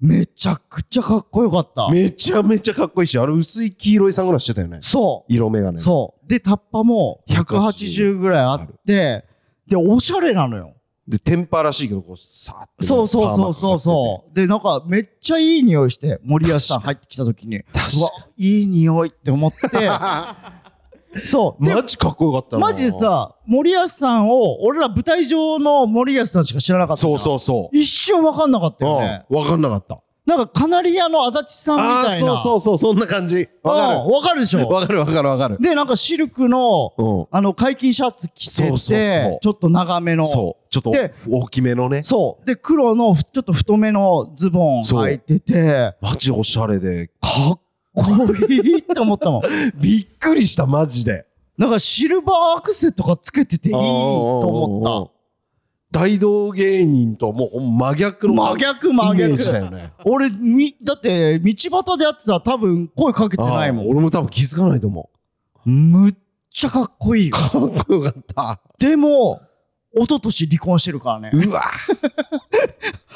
[SPEAKER 2] めちゃくちゃかっこよかった。
[SPEAKER 1] めちゃめちゃかっこいいし、あの薄い黄色いサングラスしてたよね。
[SPEAKER 2] そ
[SPEAKER 1] 色眼鏡。
[SPEAKER 2] う。そう。で、タッパも180ぐらいあって、で、おしゃれなのよ。
[SPEAKER 1] で、テンパらしいけど、こう、さーって。
[SPEAKER 2] そうそうそうそうそう。で、なんか、めっちゃいい匂いして、森保さん入ってきた時に、う
[SPEAKER 1] 確かに
[SPEAKER 2] わ、いい匂いって 思って、そう。で
[SPEAKER 1] マジかっこよかったな。
[SPEAKER 2] マジで。さ、森保さんを、俺ら舞台上の森保さんしか知らなかったか
[SPEAKER 1] そ
[SPEAKER 2] ら。
[SPEAKER 1] うそうそう。
[SPEAKER 2] 一瞬わかんなかったよね。
[SPEAKER 1] うん。わかんなかった。
[SPEAKER 2] なんかカナリアの足立さんみ
[SPEAKER 1] あ
[SPEAKER 2] た
[SPEAKER 1] あ
[SPEAKER 2] いな。
[SPEAKER 1] そうそうそうそんな感じわ
[SPEAKER 2] うんわかるでし
[SPEAKER 1] かる
[SPEAKER 2] ょ
[SPEAKER 1] わかるわかるわかる
[SPEAKER 2] で、なんかシルクの、
[SPEAKER 1] うん
[SPEAKER 2] あの、解禁シャツ着てて、
[SPEAKER 1] そうそうそう
[SPEAKER 2] ちょっと長めの。
[SPEAKER 1] そうちょっと
[SPEAKER 2] で
[SPEAKER 1] 大きめのね
[SPEAKER 2] そう。で、黒のふちょっと太めのズボン
[SPEAKER 1] そう
[SPEAKER 2] 履いてて、
[SPEAKER 1] マジおしゃれで
[SPEAKER 2] かっこいいって 思ったもん。
[SPEAKER 1] びっくりしたマジで
[SPEAKER 2] なんかシルバーアクセとかつけてていいと思っ
[SPEAKER 1] った大道芸人ともう真逆
[SPEAKER 2] た。
[SPEAKER 1] の
[SPEAKER 2] 真逆真
[SPEAKER 1] イメージだ
[SPEAKER 2] 逆。
[SPEAKER 1] よね
[SPEAKER 2] 俺、み、だって、道端でやってたら多分声かけてない
[SPEAKER 1] あー
[SPEAKER 2] も
[SPEAKER 1] 俺も多分気づかないと思
[SPEAKER 2] ん。むっちゃかっこいいよ
[SPEAKER 1] う。かっこよかった
[SPEAKER 2] でも、一昨年離婚してるから ね。
[SPEAKER 1] うわ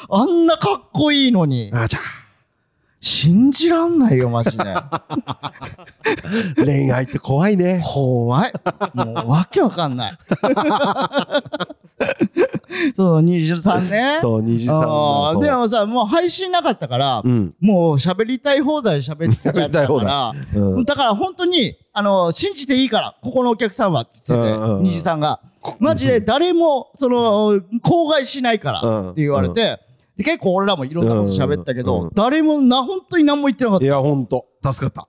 [SPEAKER 2] あんなかっこいいのに、
[SPEAKER 1] あちゃ
[SPEAKER 2] 信じらんないよ、マジで。
[SPEAKER 1] 恋愛って怖いね
[SPEAKER 2] 怖い。もう、わけわかんない。 そう、23ね。
[SPEAKER 1] そう二次さん
[SPEAKER 2] あーでもさ、もう配信なかったから、
[SPEAKER 1] うん
[SPEAKER 2] もう喋りたい放題喋っちゃった
[SPEAKER 1] 喋りたい放
[SPEAKER 2] から、
[SPEAKER 1] うん
[SPEAKER 2] だから本当に、あの、信じていいから、ここのお客さんは、って言って
[SPEAKER 1] うんうんう
[SPEAKER 2] て、
[SPEAKER 1] ん
[SPEAKER 2] 虹さんが、マジで誰も、その、口外しないから、って言われて、で結構俺らもいろんなこと喋った
[SPEAKER 1] うん
[SPEAKER 2] け
[SPEAKER 1] うん
[SPEAKER 2] ど
[SPEAKER 1] うん、
[SPEAKER 2] 誰もな、本当に何も言ってなかっ
[SPEAKER 1] いやほんと助かった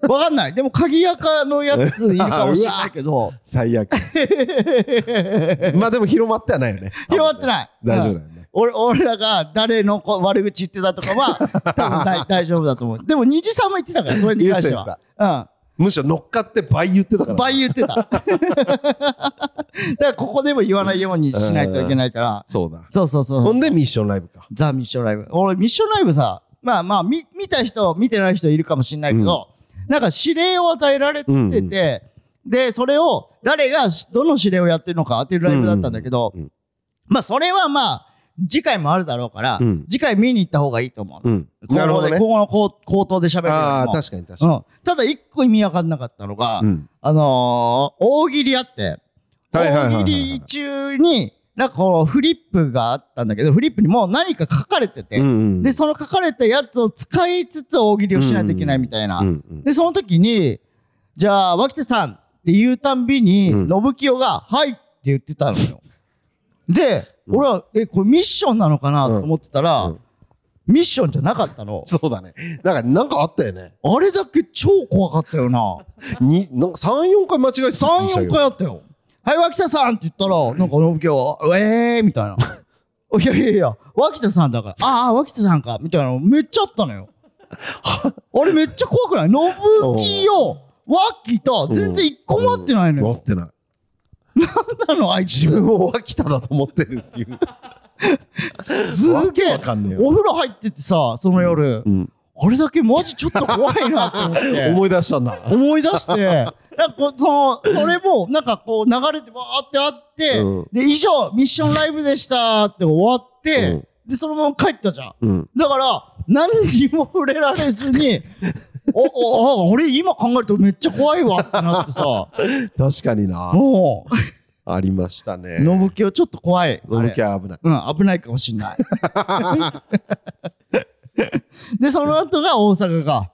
[SPEAKER 2] た。わかんない。でも、鍵垢のやついるかもしれない けど、
[SPEAKER 1] 最 悪まあでも広まってはないよね
[SPEAKER 2] 広まってない。
[SPEAKER 1] 大丈
[SPEAKER 2] う
[SPEAKER 1] 夫
[SPEAKER 2] ん
[SPEAKER 1] だよね
[SPEAKER 2] 俺俺らが誰のこ悪口言ってたとかは多分大大丈夫だと思うでも虹さんも言ってたからそれに関して
[SPEAKER 1] 言って
[SPEAKER 2] は
[SPEAKER 1] むしろ乗っかって倍言ってたか
[SPEAKER 2] うん
[SPEAKER 1] ら
[SPEAKER 2] 倍言ってただからここでも言わないようにしないといけないから
[SPEAKER 1] そうだ
[SPEAKER 2] そうそうそ
[SPEAKER 1] ほ
[SPEAKER 2] うん
[SPEAKER 1] でミッションライブか
[SPEAKER 2] ザ・ミッションライブ俺ミッションライブさまあまあ見見た人見てない人いるかもしれないけど、なんか指令を与えられてて、
[SPEAKER 1] うんうん
[SPEAKER 2] でそれを誰がどの指令をやってるのか当てるライブだったんだけど、
[SPEAKER 1] うんうんうん
[SPEAKER 2] まあそれはまあ次回もあるだろうから、
[SPEAKER 1] うん
[SPEAKER 2] 次回見に行った方がいいと思う。
[SPEAKER 1] うんなるほどね
[SPEAKER 2] ここの口口頭で喋るよりも
[SPEAKER 1] ああ確かに確かに
[SPEAKER 2] うん、ただ一個意味わかんなかったのが、
[SPEAKER 1] うん
[SPEAKER 2] あのー大喜利あって、
[SPEAKER 1] はいはいはいはい
[SPEAKER 2] 大喜利中に、なんかこうフリップがあったんだけど、フリップにもう何か書かれてて、
[SPEAKER 1] うん
[SPEAKER 2] で、その書かれたやつを使いつつ大喜利をしないといけないみたいな。
[SPEAKER 1] うんうん
[SPEAKER 2] で、その時に、じゃあ、脇田さんって言うたんびに、
[SPEAKER 1] うん
[SPEAKER 2] 信清が、はいって言ってたのよ。で、俺は、え、これミッションなのかなと思ってたら、
[SPEAKER 1] うんうん
[SPEAKER 2] ミッションじゃなかったの。
[SPEAKER 1] そうだねだからなんかあったよね
[SPEAKER 2] あれだけ超怖かったよな。
[SPEAKER 1] になんか34回間違えて
[SPEAKER 2] 3、4回
[SPEAKER 1] あ
[SPEAKER 2] あったよ。はい、脇田さんって言ったら、なんか信清は、えーみたいな。 いやいやいや、脇田さんだから、ああ、脇田さんか、みたいなのめっちゃあったのよ。 あれめっちゃ怖くない信清、脇田、全然一個も合ってないのよ。
[SPEAKER 1] ってない
[SPEAKER 2] なのあいつ
[SPEAKER 1] 自分を秋田だと思ってるっていう
[SPEAKER 2] すげえ
[SPEAKER 1] わかんねえよ
[SPEAKER 2] お風呂入っててさその夜、
[SPEAKER 1] ん
[SPEAKER 2] あれだけマジちょっと怖いなと思っ て
[SPEAKER 1] 思い出したんだ
[SPEAKER 2] 思い出し てなんかこうそのそれもなんかこう流れてわーってあって、
[SPEAKER 1] うん
[SPEAKER 2] で以上ミッションライブでしたって終わって、でそのまま帰ったじゃん
[SPEAKER 1] うん
[SPEAKER 2] だから何にも触れられずに おおあ俺今考えるとめっちゃ怖いわってなっ てさ
[SPEAKER 1] 確かにな
[SPEAKER 2] もう
[SPEAKER 1] ありましたね
[SPEAKER 2] 信清ちょっと怖いあれ
[SPEAKER 1] 信家は危ない
[SPEAKER 2] うん、危ないかもしん ない。で、その後が大阪か。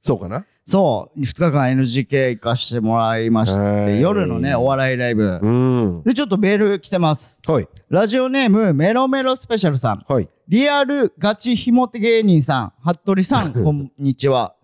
[SPEAKER 1] そうかな
[SPEAKER 2] そう、2日間 NGK 行かしてもらいまし
[SPEAKER 1] は
[SPEAKER 2] て、
[SPEAKER 1] い
[SPEAKER 2] 夜のね、お笑いライブ。
[SPEAKER 1] うん
[SPEAKER 2] で、ちょっとメール来てます。
[SPEAKER 1] はい
[SPEAKER 2] ラジオネーム、メロメロスペシャルさん。
[SPEAKER 1] はい
[SPEAKER 2] リアルガチひもて芸人さん。服 部さん、こんにちは。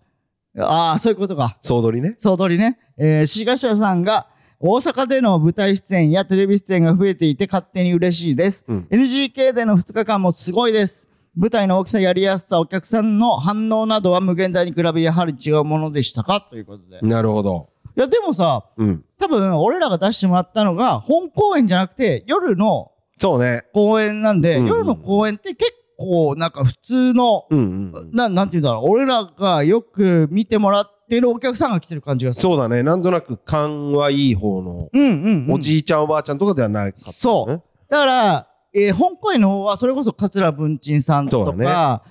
[SPEAKER 2] ああ、そういうことか。
[SPEAKER 1] 総取りね
[SPEAKER 2] 総取りね。えー、志賀翔さんが、大阪での舞台出演やテレビ出演が増えていて勝手に嬉しいです。
[SPEAKER 1] うん
[SPEAKER 2] NGK での2日間もすごいです。舞台の大きさ、やりやすさ、お客さんの反応などは無限大に比べ、やはり違うものでしたかということで。い
[SPEAKER 1] なるほど
[SPEAKER 2] や、でもさ、
[SPEAKER 1] うん
[SPEAKER 2] 多分、俺らが出してもらったのが、本公演じゃなくて、夜の
[SPEAKER 1] そうね
[SPEAKER 2] 公演なんで、
[SPEAKER 1] うん
[SPEAKER 2] 夜の公演って結構、なんか普通の、
[SPEAKER 1] うんうん
[SPEAKER 2] ななんて言うんだろう、俺らがよく見てもらってるお客さんが来てる感じがする。
[SPEAKER 1] そうだねなんとなく勘はいい方の
[SPEAKER 2] うんうん、うん。
[SPEAKER 1] おじいちゃんおばあちゃんとかではなかった
[SPEAKER 2] そう。だから、えー本公演の方は、それこそ桂文鎮さんとか、
[SPEAKER 1] そ
[SPEAKER 2] そ,、
[SPEAKER 1] うだ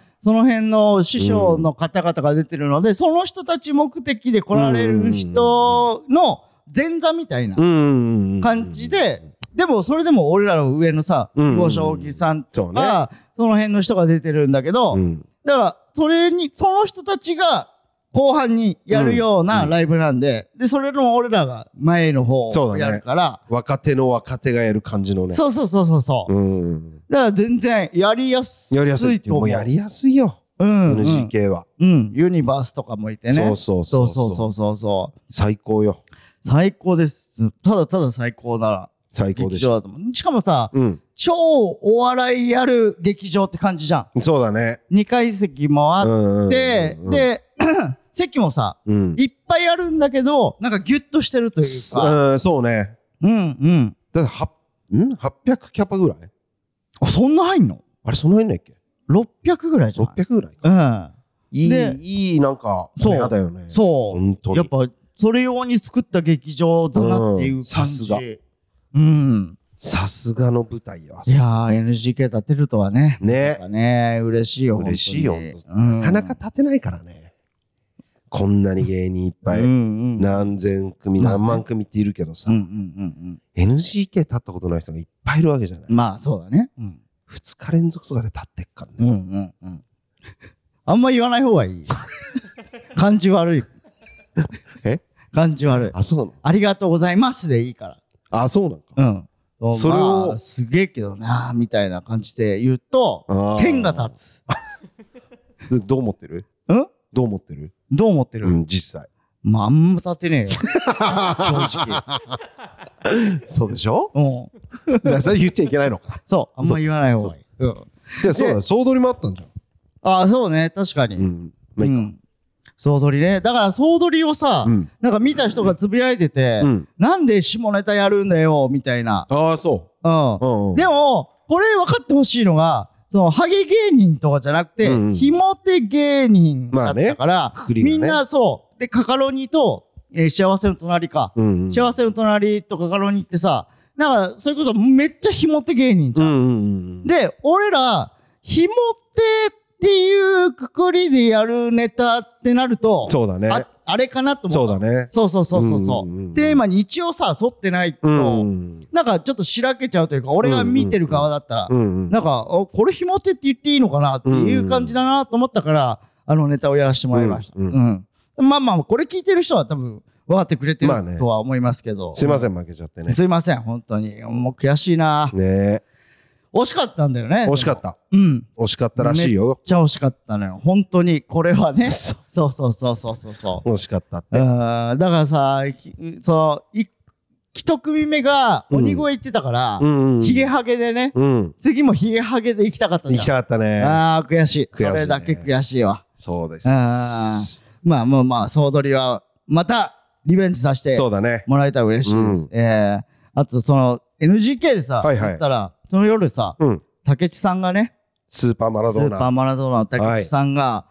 [SPEAKER 2] の辺の師匠の方々が出てるので、その人たち目的で来られる人の前座みたいな
[SPEAKER 1] うん
[SPEAKER 2] 感じで、でもそれでも俺らの上のさ、
[SPEAKER 1] うんうん
[SPEAKER 2] 魚正樹さん
[SPEAKER 1] そう
[SPEAKER 2] と
[SPEAKER 1] ね
[SPEAKER 2] か、その辺の人が出てるんだけど、
[SPEAKER 1] うん
[SPEAKER 2] だから、それに、その人たちが、後半にやるようなライブなんで、で、それの俺らが前の方
[SPEAKER 1] そうだ
[SPEAKER 2] を
[SPEAKER 1] ね
[SPEAKER 2] やるから、
[SPEAKER 1] 若手の若手がやる感じのね
[SPEAKER 2] そうそうそうそうそう。
[SPEAKER 1] うん
[SPEAKER 2] だから全然やりやすい
[SPEAKER 1] やりやすいって
[SPEAKER 2] と思
[SPEAKER 1] も
[SPEAKER 2] う。
[SPEAKER 1] うやりやすいよ
[SPEAKER 2] うんうん
[SPEAKER 1] NGK は。
[SPEAKER 2] うん、ユニバースとかもいてね。
[SPEAKER 1] そうそう
[SPEAKER 2] そ
[SPEAKER 1] そうう
[SPEAKER 2] そうそうそうそう。
[SPEAKER 1] 最高よ。
[SPEAKER 2] 最高です。ただただ最高な
[SPEAKER 1] 最高
[SPEAKER 2] 劇
[SPEAKER 1] でした
[SPEAKER 2] 場。だと思う。しかもさ、
[SPEAKER 1] うん。
[SPEAKER 2] 超お笑いやる劇場って感じじゃ
[SPEAKER 1] そうだね。
[SPEAKER 2] ん。2階席もあ
[SPEAKER 1] うん
[SPEAKER 2] って、
[SPEAKER 1] うん、
[SPEAKER 2] で、 席もさ、
[SPEAKER 1] うん。
[SPEAKER 2] いっぱいあるんだけど、なんかギュッとしてるというか。
[SPEAKER 1] うん、そうね。
[SPEAKER 2] うんうん。
[SPEAKER 1] だっては、ん ?800 キャパぐらい
[SPEAKER 2] あ、そんな入んの
[SPEAKER 1] あれ、その辺だっけ
[SPEAKER 2] ?600 ぐらいじゃない
[SPEAKER 1] ?600 ぐらいか。
[SPEAKER 2] うん。
[SPEAKER 1] い
[SPEAKER 2] で
[SPEAKER 1] い、いい、なんか、
[SPEAKER 2] そう
[SPEAKER 1] 部屋だよね。
[SPEAKER 2] そう。
[SPEAKER 1] 本当に
[SPEAKER 2] やっぱ、それ用に作った劇場だなっていううん感
[SPEAKER 1] さ
[SPEAKER 2] じ。
[SPEAKER 1] すが
[SPEAKER 2] うん。
[SPEAKER 1] さすがの舞台よ。あ
[SPEAKER 2] い
[SPEAKER 1] そこ
[SPEAKER 2] やー、NGK 立てるとはね。
[SPEAKER 1] ね。
[SPEAKER 2] ね嬉しいよ。
[SPEAKER 1] 嬉しいよ、
[SPEAKER 2] 本
[SPEAKER 1] 本
[SPEAKER 2] 当
[SPEAKER 1] 当
[SPEAKER 2] にうん
[SPEAKER 1] なかなか立てないからね。こんなに芸人いっぱい、
[SPEAKER 2] うんうん。
[SPEAKER 1] 何千組、
[SPEAKER 2] まあね
[SPEAKER 1] 何万組っているけど
[SPEAKER 2] う
[SPEAKER 1] さ、
[SPEAKER 2] んうんうん
[SPEAKER 1] NGK 立ったことない人がいっぱいいるわけじゃない
[SPEAKER 2] うん。。まあ、そうだね。うん。
[SPEAKER 1] 二日連続とかで立ってっから
[SPEAKER 2] う
[SPEAKER 1] ね。
[SPEAKER 2] んうんうん。あんま言わない方が いい。感じ悪い。
[SPEAKER 1] え
[SPEAKER 2] 感じ悪い。
[SPEAKER 1] あ、そうなの
[SPEAKER 2] ありがとうございますでいいか
[SPEAKER 1] あ、そうなんか。
[SPEAKER 2] ら。うん。
[SPEAKER 1] それを
[SPEAKER 2] まあすげえけどな、みたいな感じで言うと、
[SPEAKER 1] あー
[SPEAKER 2] 剣が立つ。
[SPEAKER 1] でどう思ってる
[SPEAKER 2] ん
[SPEAKER 1] どう思ってる
[SPEAKER 2] どう思ってる、
[SPEAKER 1] うん、実際。
[SPEAKER 2] まあ、あんま立てねえ よ。正直。
[SPEAKER 1] そうでしょ
[SPEAKER 2] うん。
[SPEAKER 1] じゃあそれ言っちゃいけないのか。
[SPEAKER 2] そう、あんま言わない方がいい。うん。
[SPEAKER 1] で、そうだよ。総取りもあったんじゃ
[SPEAKER 2] ああ、そうね、確かに。
[SPEAKER 1] ん。うん。まあいいか
[SPEAKER 2] うん総取りね。だから総取りをさ、
[SPEAKER 1] うん
[SPEAKER 2] なんか見た人がつぶやいてて、
[SPEAKER 1] うん
[SPEAKER 2] なんで下ネタやるんだよ、みたいな。
[SPEAKER 1] ああ、そうう。
[SPEAKER 2] ん。
[SPEAKER 1] うんうん。
[SPEAKER 2] でも、これ分かってほしいのが、その、ハゲ芸人とかじゃなくて、
[SPEAKER 1] うんうん
[SPEAKER 2] ひもて芸人だったから、
[SPEAKER 1] くくりがね
[SPEAKER 2] みんなそう。で、カカロニと、えー幸せの隣か。
[SPEAKER 1] うんうん。
[SPEAKER 2] 幸せの隣とカカロニってさ、なんか、それこそめっちゃひもて芸人じゃん
[SPEAKER 1] うんうんうん。
[SPEAKER 2] で、俺ら、ひもってっていうくくりでやるネタってなると、
[SPEAKER 1] そうだね。
[SPEAKER 2] ああれかなと思
[SPEAKER 1] そう
[SPEAKER 2] う。
[SPEAKER 1] だね。
[SPEAKER 2] そうそうそうそうそう
[SPEAKER 1] うんうんうんうん
[SPEAKER 2] テーマに一応さ、沿ってないと、
[SPEAKER 1] うん。
[SPEAKER 2] なんかちょっとしらけちゃうというか、俺が見てる側だったら、
[SPEAKER 1] うんうん。
[SPEAKER 2] なんか、おこれひもてって言っていいのかなっていう感じだなと思ったから、あのネタをやらせてもらいました。う。
[SPEAKER 1] うんん
[SPEAKER 2] まあまあ、これ聞いてる人は多分、分かってくれてる
[SPEAKER 1] まあね
[SPEAKER 2] とは思いますけど。
[SPEAKER 1] すいません、負けちゃってね。
[SPEAKER 2] すいません、本当に。もう悔しいな。
[SPEAKER 1] ね
[SPEAKER 2] 惜しかったんだよね。。
[SPEAKER 1] え。惜しかったた。
[SPEAKER 2] うん。
[SPEAKER 1] 惜しかったらしいよ
[SPEAKER 2] めっ。ちゃ惜しかったのよ。本当に、これはね。
[SPEAKER 1] そ
[SPEAKER 2] そうそうそうそうそうそう。
[SPEAKER 1] 惜しかったっ
[SPEAKER 2] う
[SPEAKER 1] て。
[SPEAKER 2] ーんだからさ、ひそう、い一組目が鬼越行ってたから、
[SPEAKER 1] ん
[SPEAKER 2] ヒゲハゲでね、
[SPEAKER 1] うん。
[SPEAKER 2] 次もヒゲハゲで行きたかったじゃん
[SPEAKER 1] 行きたかったね。
[SPEAKER 2] あー、悔しい。
[SPEAKER 1] 悔しいね
[SPEAKER 2] それだけ悔しいわ。
[SPEAKER 1] そうで
[SPEAKER 2] あ
[SPEAKER 1] す。
[SPEAKER 2] まあまあまあ、総取りは、また、リベンジさせて
[SPEAKER 1] そうだね。
[SPEAKER 2] もらえたら嬉しいです。
[SPEAKER 1] うん
[SPEAKER 2] えー、あとその、NGK でさ、
[SPEAKER 1] はいはい
[SPEAKER 2] 行ったら、その夜さ、
[SPEAKER 1] うん。
[SPEAKER 2] 竹地さんがね、
[SPEAKER 1] スーパーマラ
[SPEAKER 2] ス
[SPEAKER 1] ドー
[SPEAKER 2] ーパー
[SPEAKER 1] ナ。
[SPEAKER 2] マラドーナの竹内さんが、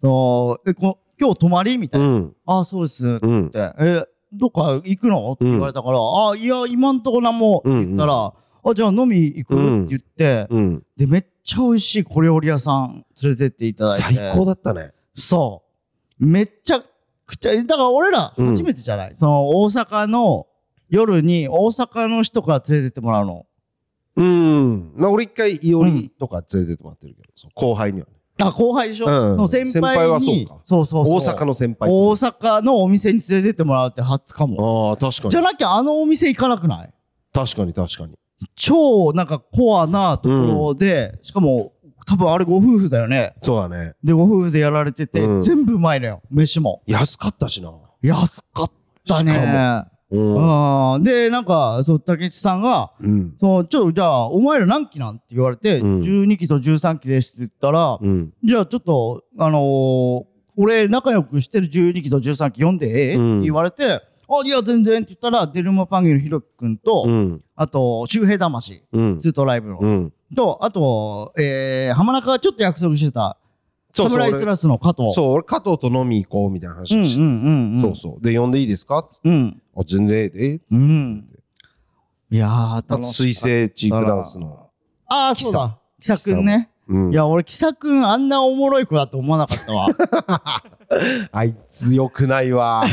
[SPEAKER 2] そのえこ今日泊まりみたいうな。
[SPEAKER 1] ん。
[SPEAKER 2] ああ、そうです。って、
[SPEAKER 1] うん。
[SPEAKER 2] え、どっか行くのって言われたから、ああ、いや、今んとこ何も
[SPEAKER 1] うんうん
[SPEAKER 2] 言ったら、あ、じゃあ飲み行く、
[SPEAKER 1] うん
[SPEAKER 2] って言って、
[SPEAKER 1] うん。
[SPEAKER 2] で、めっちゃ美味しい小料理屋さん連れてっていただいて。
[SPEAKER 1] 最高だったね。
[SPEAKER 2] そう。めっちゃくちゃ、だから俺ら
[SPEAKER 1] うん
[SPEAKER 2] 初めてじゃない、その大阪の夜に大阪の人から連れてってもらうの。
[SPEAKER 1] うん。まあ、俺一回、いおりとか連れてってもらってるけど、そう後輩にはね。
[SPEAKER 2] あ、後輩でしょ、
[SPEAKER 1] うん
[SPEAKER 2] その先輩に。
[SPEAKER 1] 先輩はそうか
[SPEAKER 2] そうそうそう
[SPEAKER 1] 大阪の先輩と
[SPEAKER 2] 大阪のお店に連れてってもらうって初かも。
[SPEAKER 1] ああ、確か
[SPEAKER 2] じゃ
[SPEAKER 1] に。
[SPEAKER 2] なきゃあのお店行かなくない
[SPEAKER 1] 確かに、確かに。
[SPEAKER 2] 超なんかコアなところで、しかも多分あれご夫婦だよね。
[SPEAKER 1] そうだね。
[SPEAKER 2] で、ご夫婦でやられてて、
[SPEAKER 1] うん
[SPEAKER 2] 全部うまいのよ、飯も。
[SPEAKER 1] 安かったしな。
[SPEAKER 2] 安かった
[SPEAKER 1] し
[SPEAKER 2] ね。
[SPEAKER 1] うん。
[SPEAKER 2] うん。で、なんか、そう、竹内さんが、
[SPEAKER 1] うん。
[SPEAKER 2] その、ちょ、じゃあ、お前ら何期なんって言われて、
[SPEAKER 1] うん
[SPEAKER 2] 12期と13期ですって言ったら、
[SPEAKER 1] うん。
[SPEAKER 2] じゃあちょっと、あのー俺仲良くしてる12期と13期読んでええ、
[SPEAKER 1] うん
[SPEAKER 2] って言われて、あ、いや、全然って言ったら、デルマパンゲのヒロくんと、
[SPEAKER 1] うん。
[SPEAKER 2] あと、周平魂、
[SPEAKER 1] うん。
[SPEAKER 2] ツートライブの、
[SPEAKER 1] うん。
[SPEAKER 2] と、あと、えー、浜中がちょっと約束してた、
[SPEAKER 1] そうそう
[SPEAKER 2] サムライ
[SPEAKER 1] 俺
[SPEAKER 2] スラスの加藤。
[SPEAKER 1] そう、俺、加藤と飲み行こうみたいな
[SPEAKER 2] うん
[SPEAKER 1] 話
[SPEAKER 2] う
[SPEAKER 1] を
[SPEAKER 2] ん
[SPEAKER 1] して、
[SPEAKER 2] うんうん。
[SPEAKER 1] そうそう。で、呼んでいいですかつって
[SPEAKER 2] うん。
[SPEAKER 1] あ、全然ええで。え
[SPEAKER 2] うん。いやー、
[SPEAKER 1] あ
[SPEAKER 2] 楽
[SPEAKER 1] と、
[SPEAKER 2] しい。
[SPEAKER 1] 水星チークダンスの。
[SPEAKER 2] ああ、そうだ。キサくんね。
[SPEAKER 1] うん
[SPEAKER 2] いや、俺、キサくんあんなおもろい子だと思わなかった わ。
[SPEAKER 1] あいつよくない わ。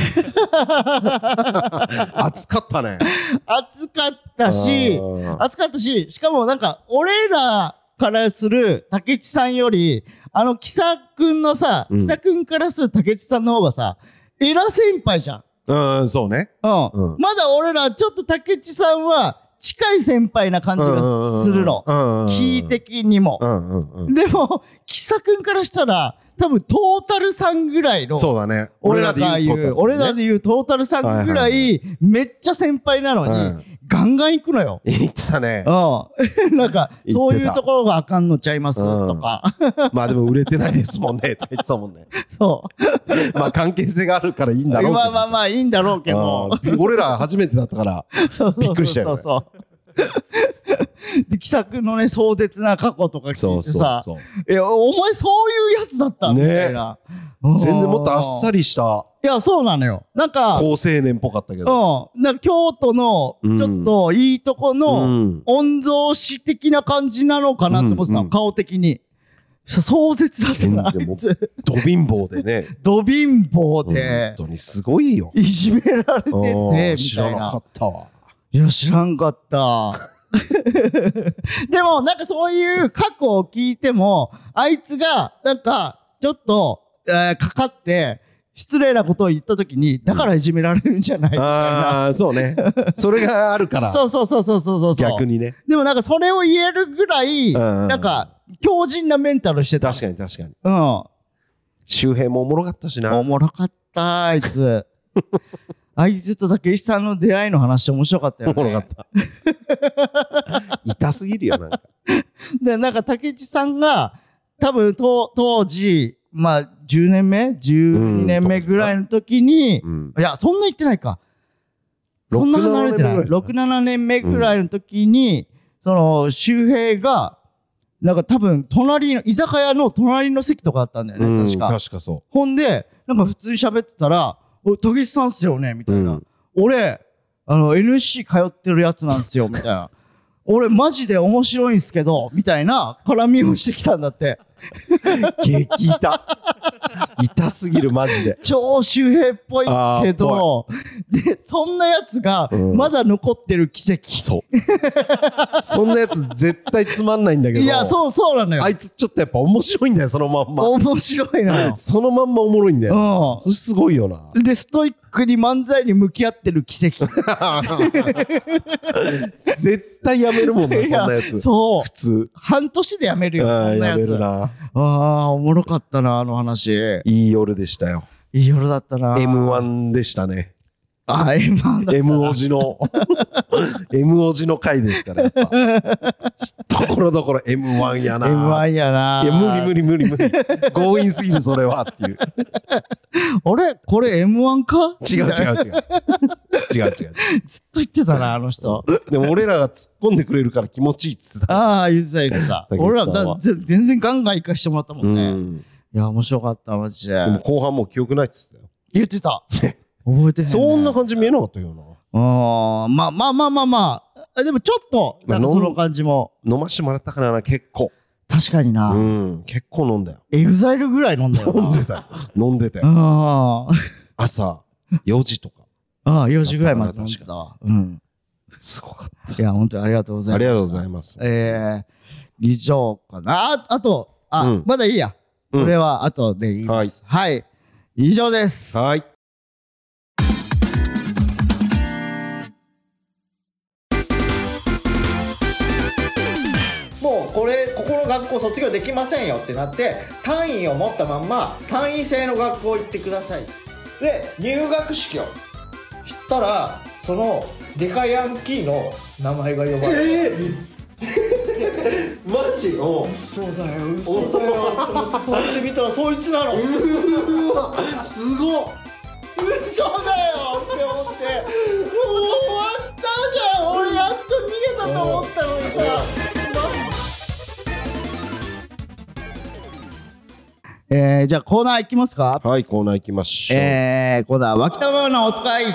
[SPEAKER 1] 暑かったね。
[SPEAKER 2] 暑かったし
[SPEAKER 1] あ、ー
[SPEAKER 2] 暑かったし、しかもなんか、俺らからする竹内さんより、あの、キサくんのさ、
[SPEAKER 1] うん
[SPEAKER 2] キサくんからする竹内さんの方がさ、偉先輩じゃん。
[SPEAKER 1] うん、そうね。
[SPEAKER 2] うん。
[SPEAKER 1] うん
[SPEAKER 2] まだ俺ら、ちょっと竹内さんは、近い先輩な感じがするの。キー的にも。
[SPEAKER 1] うんうんうん。
[SPEAKER 2] でも、キサ君からしたら、多分トータルさんぐらいの、
[SPEAKER 1] そうだね。
[SPEAKER 2] 俺らが言う、俺ら
[SPEAKER 1] で
[SPEAKER 2] で言うトータルさんぐら、
[SPEAKER 1] はい
[SPEAKER 2] めっちゃ先輩なのに、
[SPEAKER 1] うん
[SPEAKER 2] ガンガン行くのよ。
[SPEAKER 1] 言ってたね。
[SPEAKER 2] うん。 なんか、
[SPEAKER 1] た
[SPEAKER 2] そういうところがあかんのちゃいますとか。
[SPEAKER 1] まあでも売れてないですもんね。って言ってたもんね。
[SPEAKER 2] そう。
[SPEAKER 1] まあ関係性があるからいいんだろうけど
[SPEAKER 2] ま
[SPEAKER 1] さ。
[SPEAKER 2] あまあまあ、いいんだろうけど。
[SPEAKER 1] あー俺ら初めてだったから。
[SPEAKER 2] そうそうそう
[SPEAKER 1] びっくりしたよね
[SPEAKER 2] そうそう。で、気さくのね、壮絶な過去とか聞
[SPEAKER 1] そ
[SPEAKER 2] いうて
[SPEAKER 1] そう
[SPEAKER 2] さ、
[SPEAKER 1] そう。
[SPEAKER 2] いや、お前そういうやつだったみ
[SPEAKER 1] ね
[SPEAKER 2] たいな。
[SPEAKER 1] 全然もっとあっさ
[SPEAKER 2] り。
[SPEAKER 1] りした
[SPEAKER 2] いや、そうなのよ。なんか、
[SPEAKER 1] 高青年っぽかったけど。
[SPEAKER 2] うん。なんか京都の、
[SPEAKER 1] うん
[SPEAKER 2] ちょっといいとこの、
[SPEAKER 1] ん。
[SPEAKER 2] 御曹司的な感じなのかなって思ってた
[SPEAKER 1] うんう
[SPEAKER 2] の、
[SPEAKER 1] ん
[SPEAKER 2] 顔的に。壮絶だったな、あ
[SPEAKER 1] 全然もう
[SPEAKER 2] いつ。
[SPEAKER 1] ど貧乏でね。
[SPEAKER 2] ど貧乏
[SPEAKER 1] 本
[SPEAKER 2] で、
[SPEAKER 1] 当にすごいよ。
[SPEAKER 2] いじめられてて、み
[SPEAKER 1] うん知
[SPEAKER 2] た
[SPEAKER 1] ら
[SPEAKER 2] い
[SPEAKER 1] な
[SPEAKER 2] な
[SPEAKER 1] か。ったわ。
[SPEAKER 2] いや、知らんかった。 でも、なんかそういう過去を聞いても、あいつが、なんか、ちょっと、えーかかって、失礼なことを言ったときに、だからいじめられるんじゃない、
[SPEAKER 1] ああ、そうね。それがあるから。
[SPEAKER 2] そうそうそうそうそうそう。
[SPEAKER 1] 逆にね。
[SPEAKER 2] でもなんかそれを言えるぐらい、
[SPEAKER 1] うんうんうん
[SPEAKER 2] なんか、強靭なメンタルしてた。
[SPEAKER 1] 確かに確かに。
[SPEAKER 2] うん。
[SPEAKER 1] 周平もおもろかったし
[SPEAKER 2] お
[SPEAKER 1] な。
[SPEAKER 2] もろかった、あいつ。 あいつと竹石さんの出会いの話面白かったよ
[SPEAKER 1] お
[SPEAKER 2] ね。
[SPEAKER 1] もろかった。 痛すぎるよ、なんか。
[SPEAKER 2] で、なんか、竹内さんが、多分、と当時、まあ、10年目 ?12 年目ぐらいの時に、
[SPEAKER 1] うん。
[SPEAKER 2] いや、そんな言ってないか。
[SPEAKER 1] 6
[SPEAKER 2] そんな離れてない。
[SPEAKER 1] 7年目ぐらい
[SPEAKER 2] 6、7年目ぐらいの時に、その、周平が、なんか多分、隣の、居酒屋の隣の席とかだったんだよ
[SPEAKER 1] うん
[SPEAKER 2] ね、確か。
[SPEAKER 1] 確かそ
[SPEAKER 2] ほんで、なんか普通に喋ってたら、おい、竹内さんっすよねみた
[SPEAKER 1] う。
[SPEAKER 2] いうな。
[SPEAKER 1] ん。
[SPEAKER 2] 俺、あの、NSC 通ってるやつなん ですよ、みたいな。俺、マジで面白いんすけど、みたいな絡みをしてきたんだって。
[SPEAKER 1] 激痛。痛すぎる、マジで。
[SPEAKER 2] 超周平っぽいけど、 で、そんなやつが、
[SPEAKER 1] うん
[SPEAKER 2] まだ残ってる奇跡。
[SPEAKER 1] そう。そんなやつ絶対つまんないんだけど。
[SPEAKER 2] いや、そう、そうなのよ
[SPEAKER 1] あ。いつちょっとやっぱ面白いんだよ、そのまんま。
[SPEAKER 2] 面白い のよ。
[SPEAKER 1] そのまんまおもろいんだよ。
[SPEAKER 2] う
[SPEAKER 1] それすごいよ な。
[SPEAKER 2] ん。で、ストイックに漫才に向き合ってる奇 跡。
[SPEAKER 1] 絶対やめるもんな、そんなや
[SPEAKER 2] いや
[SPEAKER 1] つ。
[SPEAKER 2] そう
[SPEAKER 1] 普。通。
[SPEAKER 2] 半年でやめるよ、そ
[SPEAKER 1] ああ
[SPEAKER 2] んな
[SPEAKER 1] や
[SPEAKER 2] や
[SPEAKER 1] め
[SPEAKER 2] つ
[SPEAKER 1] る。な。
[SPEAKER 2] ああ、おもろかったな、あの話。
[SPEAKER 1] いい夜でしたよ。
[SPEAKER 2] いい夜だったな。。
[SPEAKER 1] M1 でしたね。
[SPEAKER 2] ああ、M1 だ。
[SPEAKER 1] M おじの、M おじの回ですから、やっぱ。ところどころ M1 やな。
[SPEAKER 2] M1 やない
[SPEAKER 1] や、無理無理無理無理。強引すぎる、それは。っていう。
[SPEAKER 2] あれこれ M1 か
[SPEAKER 1] 違う違う違う。違う違う。
[SPEAKER 2] ずっと言ってたな、あの 人。
[SPEAKER 1] でも俺らが突っ込んでくれるから気持ちいいっつってた。
[SPEAKER 2] ああ、言ってた言ってた。
[SPEAKER 1] 竹内さんは
[SPEAKER 2] 俺らだ全全然ガンガン行かしてもらったもんね。
[SPEAKER 1] ん
[SPEAKER 2] いや、面白かった、マジで
[SPEAKER 1] で。も後半もう記憶ないっつってたよ。
[SPEAKER 2] 言ってた。覚えてへんね。
[SPEAKER 1] そんな感じ見えなかったよな。
[SPEAKER 2] うんまあまあまあまあまあ。あでもちょっと、なんか
[SPEAKER 1] まあ
[SPEAKER 2] その感じも。
[SPEAKER 1] 飲ましてもらったからな、結構。
[SPEAKER 2] 確かにな。
[SPEAKER 1] うん。結構飲んだよ。
[SPEAKER 2] エグザイルぐらい飲んだよな。
[SPEAKER 1] 飲んでたよ。飲んでた
[SPEAKER 2] う
[SPEAKER 1] よ。
[SPEAKER 2] ん。あ
[SPEAKER 1] 朝4時とか。
[SPEAKER 2] あ、4時ぐらいまで飲んでたわ。うん。
[SPEAKER 1] すごかっ
[SPEAKER 2] いや、本当にありがとうござ
[SPEAKER 1] た。あ
[SPEAKER 2] います
[SPEAKER 1] り。がとうございます。
[SPEAKER 2] えー、以上かな。あ、あと、あ、
[SPEAKER 1] うん
[SPEAKER 2] まだいいや。
[SPEAKER 1] うん
[SPEAKER 2] これは後で言います。はい。以上です。
[SPEAKER 1] はい。
[SPEAKER 2] もうこれ、ここの学校卒業できませんよってなって、単位を持ったまんま、単位制の学校行ってください。で、入学式を。したら、その、デカヤンキーの名前が呼ばれて。
[SPEAKER 1] マジお
[SPEAKER 2] 嘘だよ、嘘だよ、と思って、パって見たら、そいつなの。
[SPEAKER 1] うわすごっ
[SPEAKER 2] 嘘だよって思ってもう終わったじゃん俺やっと逃げたと思ったのにさえー、じゃあコーナーいきますか
[SPEAKER 1] はい、コーナー行きましょう。
[SPEAKER 2] えー、コーナー「脇田ママのお使い」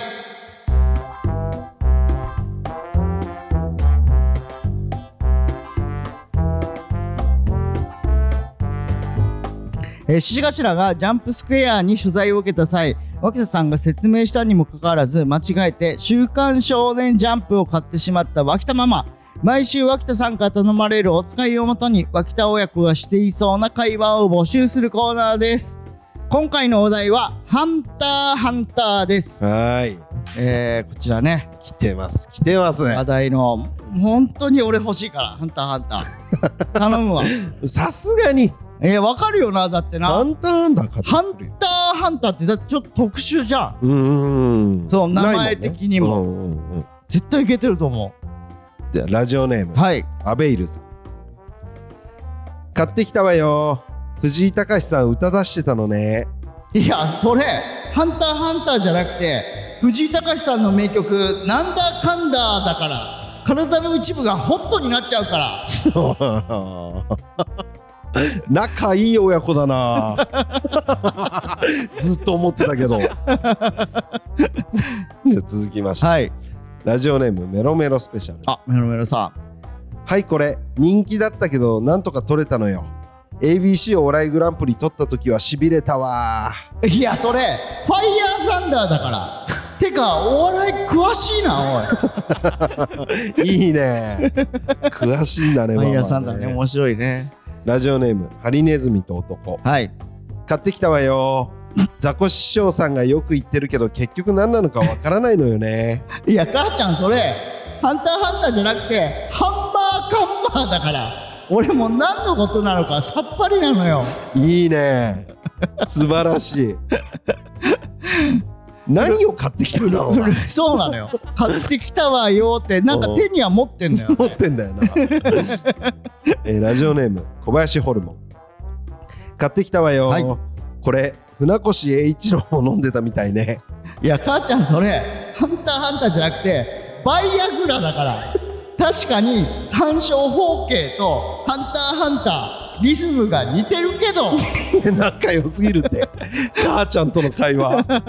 [SPEAKER 2] えー、獅子頭がジャンプスクエアに取材を受けた際脇田さんが説明したにもかかわらず間違えて「週刊少年ジャンプ」を買ってしまった脇田ママ毎週脇田さんから頼まれるお使いをもとに脇田親子がしていそうな会話を募集するコーナーです今回のお題は「ハンターハンター」です
[SPEAKER 1] はーい。
[SPEAKER 2] えーこちらね
[SPEAKER 1] 来てます来てます
[SPEAKER 2] 話題の本当に俺欲しいから「ハンターハンター」頼 むわ
[SPEAKER 1] さすがに
[SPEAKER 2] えー、わかるよなだってな
[SPEAKER 1] ハンターハンター買って
[SPEAKER 2] ハン
[SPEAKER 1] くるよ
[SPEAKER 2] ターハンターってだってちょっと特殊じゃ
[SPEAKER 1] う
[SPEAKER 2] ん
[SPEAKER 1] ーん
[SPEAKER 2] そう名前
[SPEAKER 1] ないんね
[SPEAKER 2] 的にも
[SPEAKER 1] うんうんうん
[SPEAKER 2] 絶対いけてると思
[SPEAKER 1] じゃあラジオネーム
[SPEAKER 2] うはい
[SPEAKER 1] アベイルさん買ってきたわよ藤井隆さん歌出してたのね
[SPEAKER 2] いやそれ「ハンターハンター」じゃなくて藤井隆さんの名曲「なんだかんだ」だから体の一部がホットになっちゃうから
[SPEAKER 1] 仲いい親子だな ずっと思ってたけど じゃあ続きまして、
[SPEAKER 2] はい
[SPEAKER 1] ラジオネームメロメロスペシャル
[SPEAKER 2] あメロメロさん
[SPEAKER 1] はいこれ人気だったけどなんとか取れたのよ ABC お笑いグランプリ取った時はしびれたわ
[SPEAKER 2] いやそれ「ファイヤーサンダー」だ からてかお笑い詳しい なおい
[SPEAKER 1] いい ね詳しいんだね
[SPEAKER 2] ファイヤー
[SPEAKER 1] マ
[SPEAKER 2] サ
[SPEAKER 1] マ
[SPEAKER 2] ンダーね面白いね
[SPEAKER 1] ラジオネームハリネズミと男
[SPEAKER 2] はい
[SPEAKER 1] 買ってきたわ よザコシショウさんがよく言ってるけど結局何なのかわからないのよね
[SPEAKER 2] いや母ちゃんそれ「ハンターハンター」じゃなくて「ハンマーカンマー」だから俺もう何のことなのかさっぱりなのよ
[SPEAKER 1] いいね素晴らしい 何を買ってきたんだろうな
[SPEAKER 2] そうなのよ買ってきたわよってなんか手には持ってんのよ
[SPEAKER 1] 持ってんだよ な、えーラジオネーム小林ホルモン買ってきたわよ、
[SPEAKER 2] はい
[SPEAKER 1] これ船越英一郎も飲んでたみたいね
[SPEAKER 2] いや母ちゃんそれ「ハンターハンター」じゃなくて「バイアグラ」だから確かに単勝方形と「ハンターハンター」リズムが似てるけど
[SPEAKER 1] 仲良すぎるって母ちゃんとの会 話単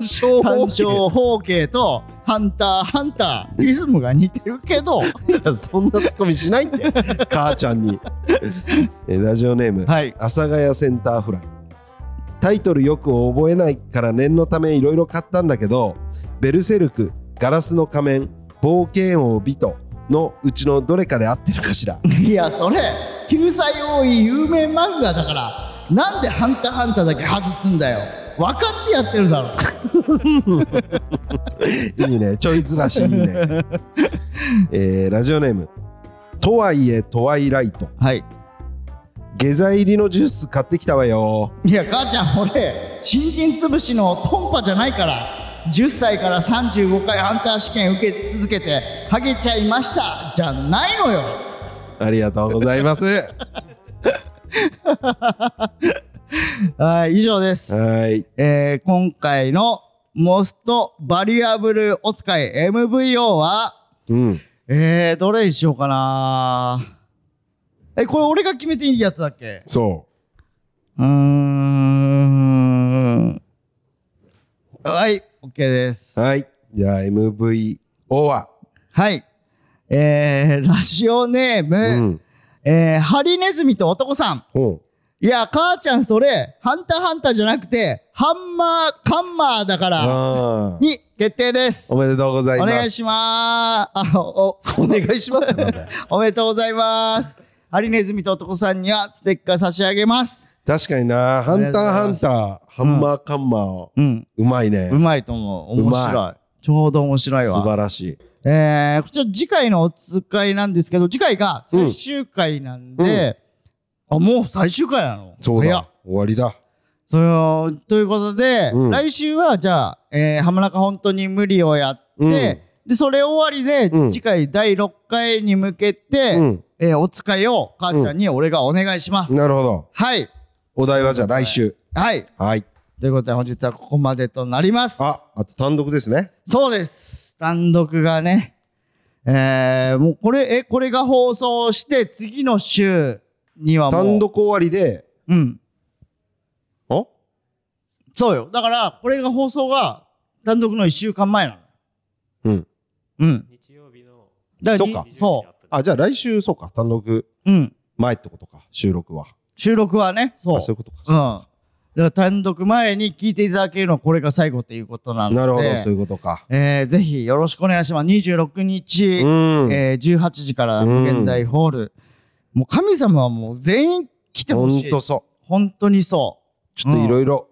[SPEAKER 1] 勝
[SPEAKER 2] 単
[SPEAKER 1] 方
[SPEAKER 2] 勝方形と「ハンターハンター」リズムが似てるけど
[SPEAKER 1] いやそんなツッコミしないっ て母ちゃんにえラジオネーム、
[SPEAKER 2] はい
[SPEAKER 1] 阿佐ヶ谷センターフライタイトルよく覚えないから念のためいろいろ買ったんだけど「ベルセルク」「ガラスの仮面」「冒険王ビト」のうちのどれかで合ってるかし ら
[SPEAKER 2] いやそれ救済多い有名漫画だからなんで「ハンターハンター」だけ外すんだよ分かってやってるだろ
[SPEAKER 1] いいねちょいずらしいい ね、えーラジオネーム「とはいえトワイライト
[SPEAKER 2] はい」
[SPEAKER 1] 下剤入りのジュース買ってきたわよ
[SPEAKER 2] いや母ちゃん俺新人潰しのトンパじゃないから10歳から35回ハンター試験受け続けてハゲちゃいましたじゃないのよ
[SPEAKER 1] ありがとうございます は
[SPEAKER 2] はい以上です、
[SPEAKER 1] ーい
[SPEAKER 2] えー今回のモストバリアブルお使い MVO は
[SPEAKER 1] うん
[SPEAKER 2] えー、どれにしようかなえこれ俺が決めていいやつだっけ
[SPEAKER 1] そう
[SPEAKER 2] うーんはい OK です
[SPEAKER 1] はい。じゃあ MVO は、
[SPEAKER 2] はい。えー、ラジオネーム、
[SPEAKER 1] うん。
[SPEAKER 2] えー、ハリネズミと男さん。
[SPEAKER 1] うん。
[SPEAKER 2] いや、母ちゃんそれ、ハンターハンターじゃなくて、ハンマーカンマーだから、
[SPEAKER 1] あー
[SPEAKER 2] に決定です。
[SPEAKER 1] おめでとうござい
[SPEAKER 2] お
[SPEAKER 1] ます。
[SPEAKER 2] 願いします。あ、お、
[SPEAKER 1] す。お願いしますってなんだよ
[SPEAKER 2] おめでとうございます。ハリネズミと男さんにはステッカー差し上げます。
[SPEAKER 1] 確かにな、ハ
[SPEAKER 2] あり
[SPEAKER 1] ンタ
[SPEAKER 2] がと
[SPEAKER 1] ー
[SPEAKER 2] うござ
[SPEAKER 1] ハ
[SPEAKER 2] い
[SPEAKER 1] ンタ
[SPEAKER 2] ます
[SPEAKER 1] ー、ハンマーカンマー、
[SPEAKER 2] うん。
[SPEAKER 1] うまいね
[SPEAKER 2] う。まいと思う。
[SPEAKER 1] う
[SPEAKER 2] 面
[SPEAKER 1] まい
[SPEAKER 2] 白い。ちょうど面白い
[SPEAKER 1] 素
[SPEAKER 2] わ。
[SPEAKER 1] 晴らしい。
[SPEAKER 2] えー、こちら次回のお使いなんですけど、次回が最終回なんで、あ、もう最終回なの
[SPEAKER 1] そう
[SPEAKER 2] 早っ
[SPEAKER 1] だ。終わりだ。
[SPEAKER 2] それをということで、
[SPEAKER 1] うん
[SPEAKER 2] 来週はじゃあ、えー、浜中本当に無理をやって、
[SPEAKER 1] うん
[SPEAKER 2] で、それ終わりで、
[SPEAKER 1] うん
[SPEAKER 2] 次回第6回に向けて、
[SPEAKER 1] うん
[SPEAKER 2] えーお使いを母ちゃんに俺がお願いします。
[SPEAKER 1] なるほど。
[SPEAKER 2] はい。
[SPEAKER 1] お題はじゃあ来週。
[SPEAKER 2] はい。
[SPEAKER 1] はい。
[SPEAKER 2] ということで本日はここまでとなります。
[SPEAKER 1] あ、あと単独ですね。
[SPEAKER 2] そうです。単独がね。えー、もうこれ、え、これが放送して、次の週にはもう。
[SPEAKER 1] 単独終わりで、
[SPEAKER 2] うん。
[SPEAKER 1] あ
[SPEAKER 2] そうよ。だから、これが放送が、単独の1週間前なの。
[SPEAKER 1] うん。
[SPEAKER 2] うん。
[SPEAKER 3] 日曜日の
[SPEAKER 2] だ
[SPEAKER 1] そっか
[SPEAKER 2] り
[SPEAKER 3] 20
[SPEAKER 2] そ
[SPEAKER 3] にアップ
[SPEAKER 1] あ、じゃあ来週、そうか。単独
[SPEAKER 2] う。うん。
[SPEAKER 1] 前ってことか。収録は。
[SPEAKER 2] 収録はね、そう。
[SPEAKER 1] あ、そういうこと
[SPEAKER 2] うん。だ
[SPEAKER 1] か。
[SPEAKER 2] から単独前に聞いていただけるのはこれが最後っていうことなので。
[SPEAKER 1] なるほど。そういうことか。
[SPEAKER 2] えー、ぜひよろしくお願いします。26日、
[SPEAKER 1] うん。
[SPEAKER 2] えー、18時から
[SPEAKER 1] うん
[SPEAKER 2] 現代ホール。もう神様はもう全員来て
[SPEAKER 1] ほ
[SPEAKER 2] ほし
[SPEAKER 1] ん
[SPEAKER 2] い。
[SPEAKER 1] とそう。
[SPEAKER 2] 本当にそ
[SPEAKER 1] ちょっといろいろ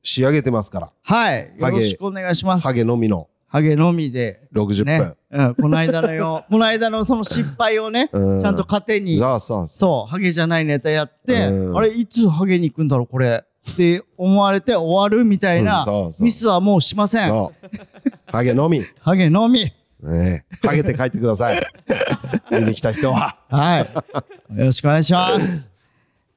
[SPEAKER 1] 仕上げてますから
[SPEAKER 2] はい。
[SPEAKER 1] ハ
[SPEAKER 2] よ
[SPEAKER 1] ゲ
[SPEAKER 2] ろしくお願いします。
[SPEAKER 1] ハゲのみの
[SPEAKER 2] ハゲのみで。
[SPEAKER 1] 60分、
[SPEAKER 2] ね。うん。この間の よ、この間のその失敗をね、ち
[SPEAKER 1] うん
[SPEAKER 2] ゃんと糧に、
[SPEAKER 1] さあさあ
[SPEAKER 2] そう、ハゲじゃないネタやって、
[SPEAKER 1] うん
[SPEAKER 2] あれ、いつハゲに行くんだろう、これ。って思われて終わるみたい
[SPEAKER 1] うん
[SPEAKER 2] な
[SPEAKER 1] そうそう
[SPEAKER 2] ミスはもうしません。
[SPEAKER 1] そうハゲのみ、
[SPEAKER 2] ハゲのみ。
[SPEAKER 1] ね、ハゲて帰ってくだ さい見に来た人は
[SPEAKER 2] はい。よろしくお願いします。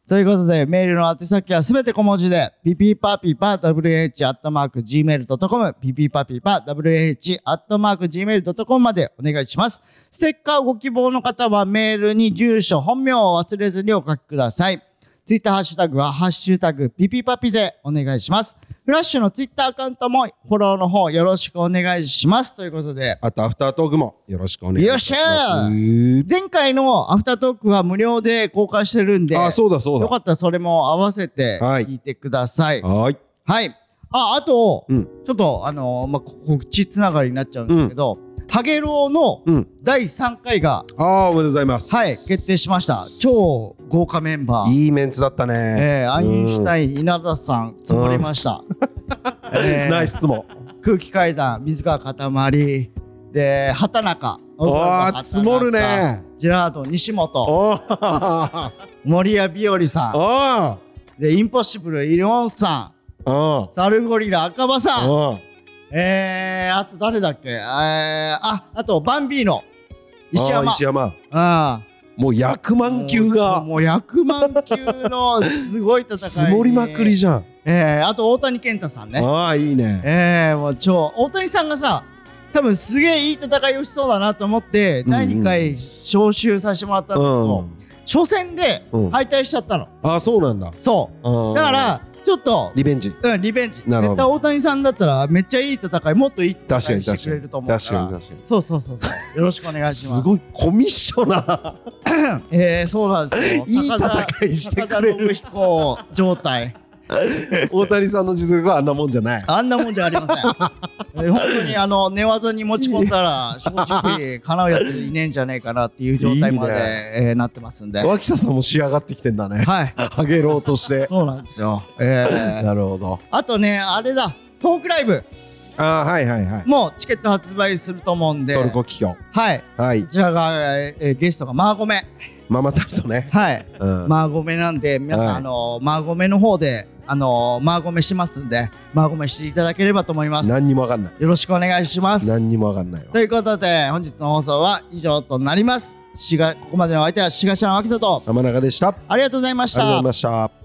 [SPEAKER 2] ということで、メールの宛先はすべて小文字で、ピピパピパ wh.gmail.com、ピピパピパ wh.gmail.com までお願いします。ステッカーをご希望の方はメールに住所、本名を忘れずにお書きください。ツイッターハッシュタグは、ハッシュタグ、ピピパピでお願いします。フラッシュのツイッターアカウントもフォローの方よろしくお願いします。ということで、
[SPEAKER 1] あとアフタートークもよろしくお願いいたします
[SPEAKER 2] 前回のアフタートークは無料で公開してるんで、
[SPEAKER 1] あそうだそうだ
[SPEAKER 2] よかったらそれも合わせて
[SPEAKER 1] はい
[SPEAKER 2] 聞いてください。はい。
[SPEAKER 1] はい
[SPEAKER 2] あ、あと、
[SPEAKER 1] うん
[SPEAKER 2] ちょっとあのーまあ、告知つながりになっちゃうんですけど、ハゲロウの
[SPEAKER 1] うん
[SPEAKER 2] 第3回が、
[SPEAKER 1] ああおめでとうございます
[SPEAKER 2] はい、決定しました。超豪華メンバー。
[SPEAKER 1] いいメンツだったね、
[SPEAKER 2] えーアインシュタイン稲田さん積もりました、えー
[SPEAKER 1] ナイス質問
[SPEAKER 2] 空気階段水川かたまりで畑中
[SPEAKER 1] おー積もるね
[SPEAKER 2] ジェラード西本
[SPEAKER 1] おー
[SPEAKER 2] 森谷日和さん
[SPEAKER 1] あ
[SPEAKER 2] でインポッシブルイルオンさ
[SPEAKER 1] ああ
[SPEAKER 2] んサルゴリラ赤羽さん
[SPEAKER 1] あ
[SPEAKER 2] えー、あと誰だっけえー、ああとバンビーノ石山
[SPEAKER 1] 石山
[SPEAKER 2] あ
[SPEAKER 1] もう100万球が
[SPEAKER 2] もう100万球のすごい戦いに
[SPEAKER 1] 積もりまくりじゃん、
[SPEAKER 2] えー、あと大谷健太さんね
[SPEAKER 1] ああいいね
[SPEAKER 2] ええもう超大谷さんがさ多分すげえいい戦いをしそうだなと思って
[SPEAKER 1] うんうん
[SPEAKER 2] 第2回招集させてもらった
[SPEAKER 1] う
[SPEAKER 2] の
[SPEAKER 1] ん、
[SPEAKER 2] 初戦で
[SPEAKER 1] うん
[SPEAKER 2] 敗退しちゃったの、
[SPEAKER 1] ああそうなんだ
[SPEAKER 2] そ
[SPEAKER 1] うん
[SPEAKER 2] うだからちょっと
[SPEAKER 1] リベンジ
[SPEAKER 2] うん、リベンジ
[SPEAKER 1] なるほど
[SPEAKER 2] 絶対大谷さんだったらめっちゃいい戦いもっといい戦
[SPEAKER 1] 確か
[SPEAKER 2] い
[SPEAKER 1] に
[SPEAKER 2] してくれ
[SPEAKER 1] 確
[SPEAKER 2] る
[SPEAKER 1] かに
[SPEAKER 2] と思うから
[SPEAKER 1] 確かに確か
[SPEAKER 2] そうそうそうそうよろしくお
[SPEAKER 1] に
[SPEAKER 2] 願いします
[SPEAKER 1] すごいコミッショナ ー
[SPEAKER 2] えー、そうなんですよ
[SPEAKER 1] いい戦いしてくれる
[SPEAKER 2] 高田高田信彦状態
[SPEAKER 1] 大谷さんの実力はあんなもんじゃない
[SPEAKER 2] あんなもんじゃありません。 えー本当にあの寝技に持ち込んだら正直かなうやついねえんじゃねえかなっていう状態まで
[SPEAKER 1] いい
[SPEAKER 2] えーなってますんで。は
[SPEAKER 1] 脇田さんも仕上がってきてんだ ね
[SPEAKER 2] い。
[SPEAKER 1] ハゲろうとして
[SPEAKER 2] そうなんですよ。えー
[SPEAKER 1] なるほど
[SPEAKER 2] あとね、あれだ、トークライブ
[SPEAKER 1] ああはいはいはい
[SPEAKER 2] もチケット発売すると思うんで、
[SPEAKER 1] トルコ
[SPEAKER 2] は
[SPEAKER 1] 企業
[SPEAKER 2] い。
[SPEAKER 1] はい
[SPEAKER 2] こちらが、えーゲストがマーゴメ。
[SPEAKER 1] ママタルトね
[SPEAKER 2] はい。
[SPEAKER 1] うん
[SPEAKER 2] マーゴメなんで、皆さん、
[SPEAKER 1] はい
[SPEAKER 2] あのマーゴメの方で、あのマーゴメしますんで、マーゴメしていただければと思います。よ
[SPEAKER 1] 何にもわかんない
[SPEAKER 2] ろしくお願いします。
[SPEAKER 1] 何にもわかんないわ
[SPEAKER 2] ということで本日の放送は以上となりますしがここまでのお相手はしがちゃん秋田と
[SPEAKER 1] 天中でしたあり
[SPEAKER 2] ありがとうございまし
[SPEAKER 1] がとうござ
[SPEAKER 2] た
[SPEAKER 1] いました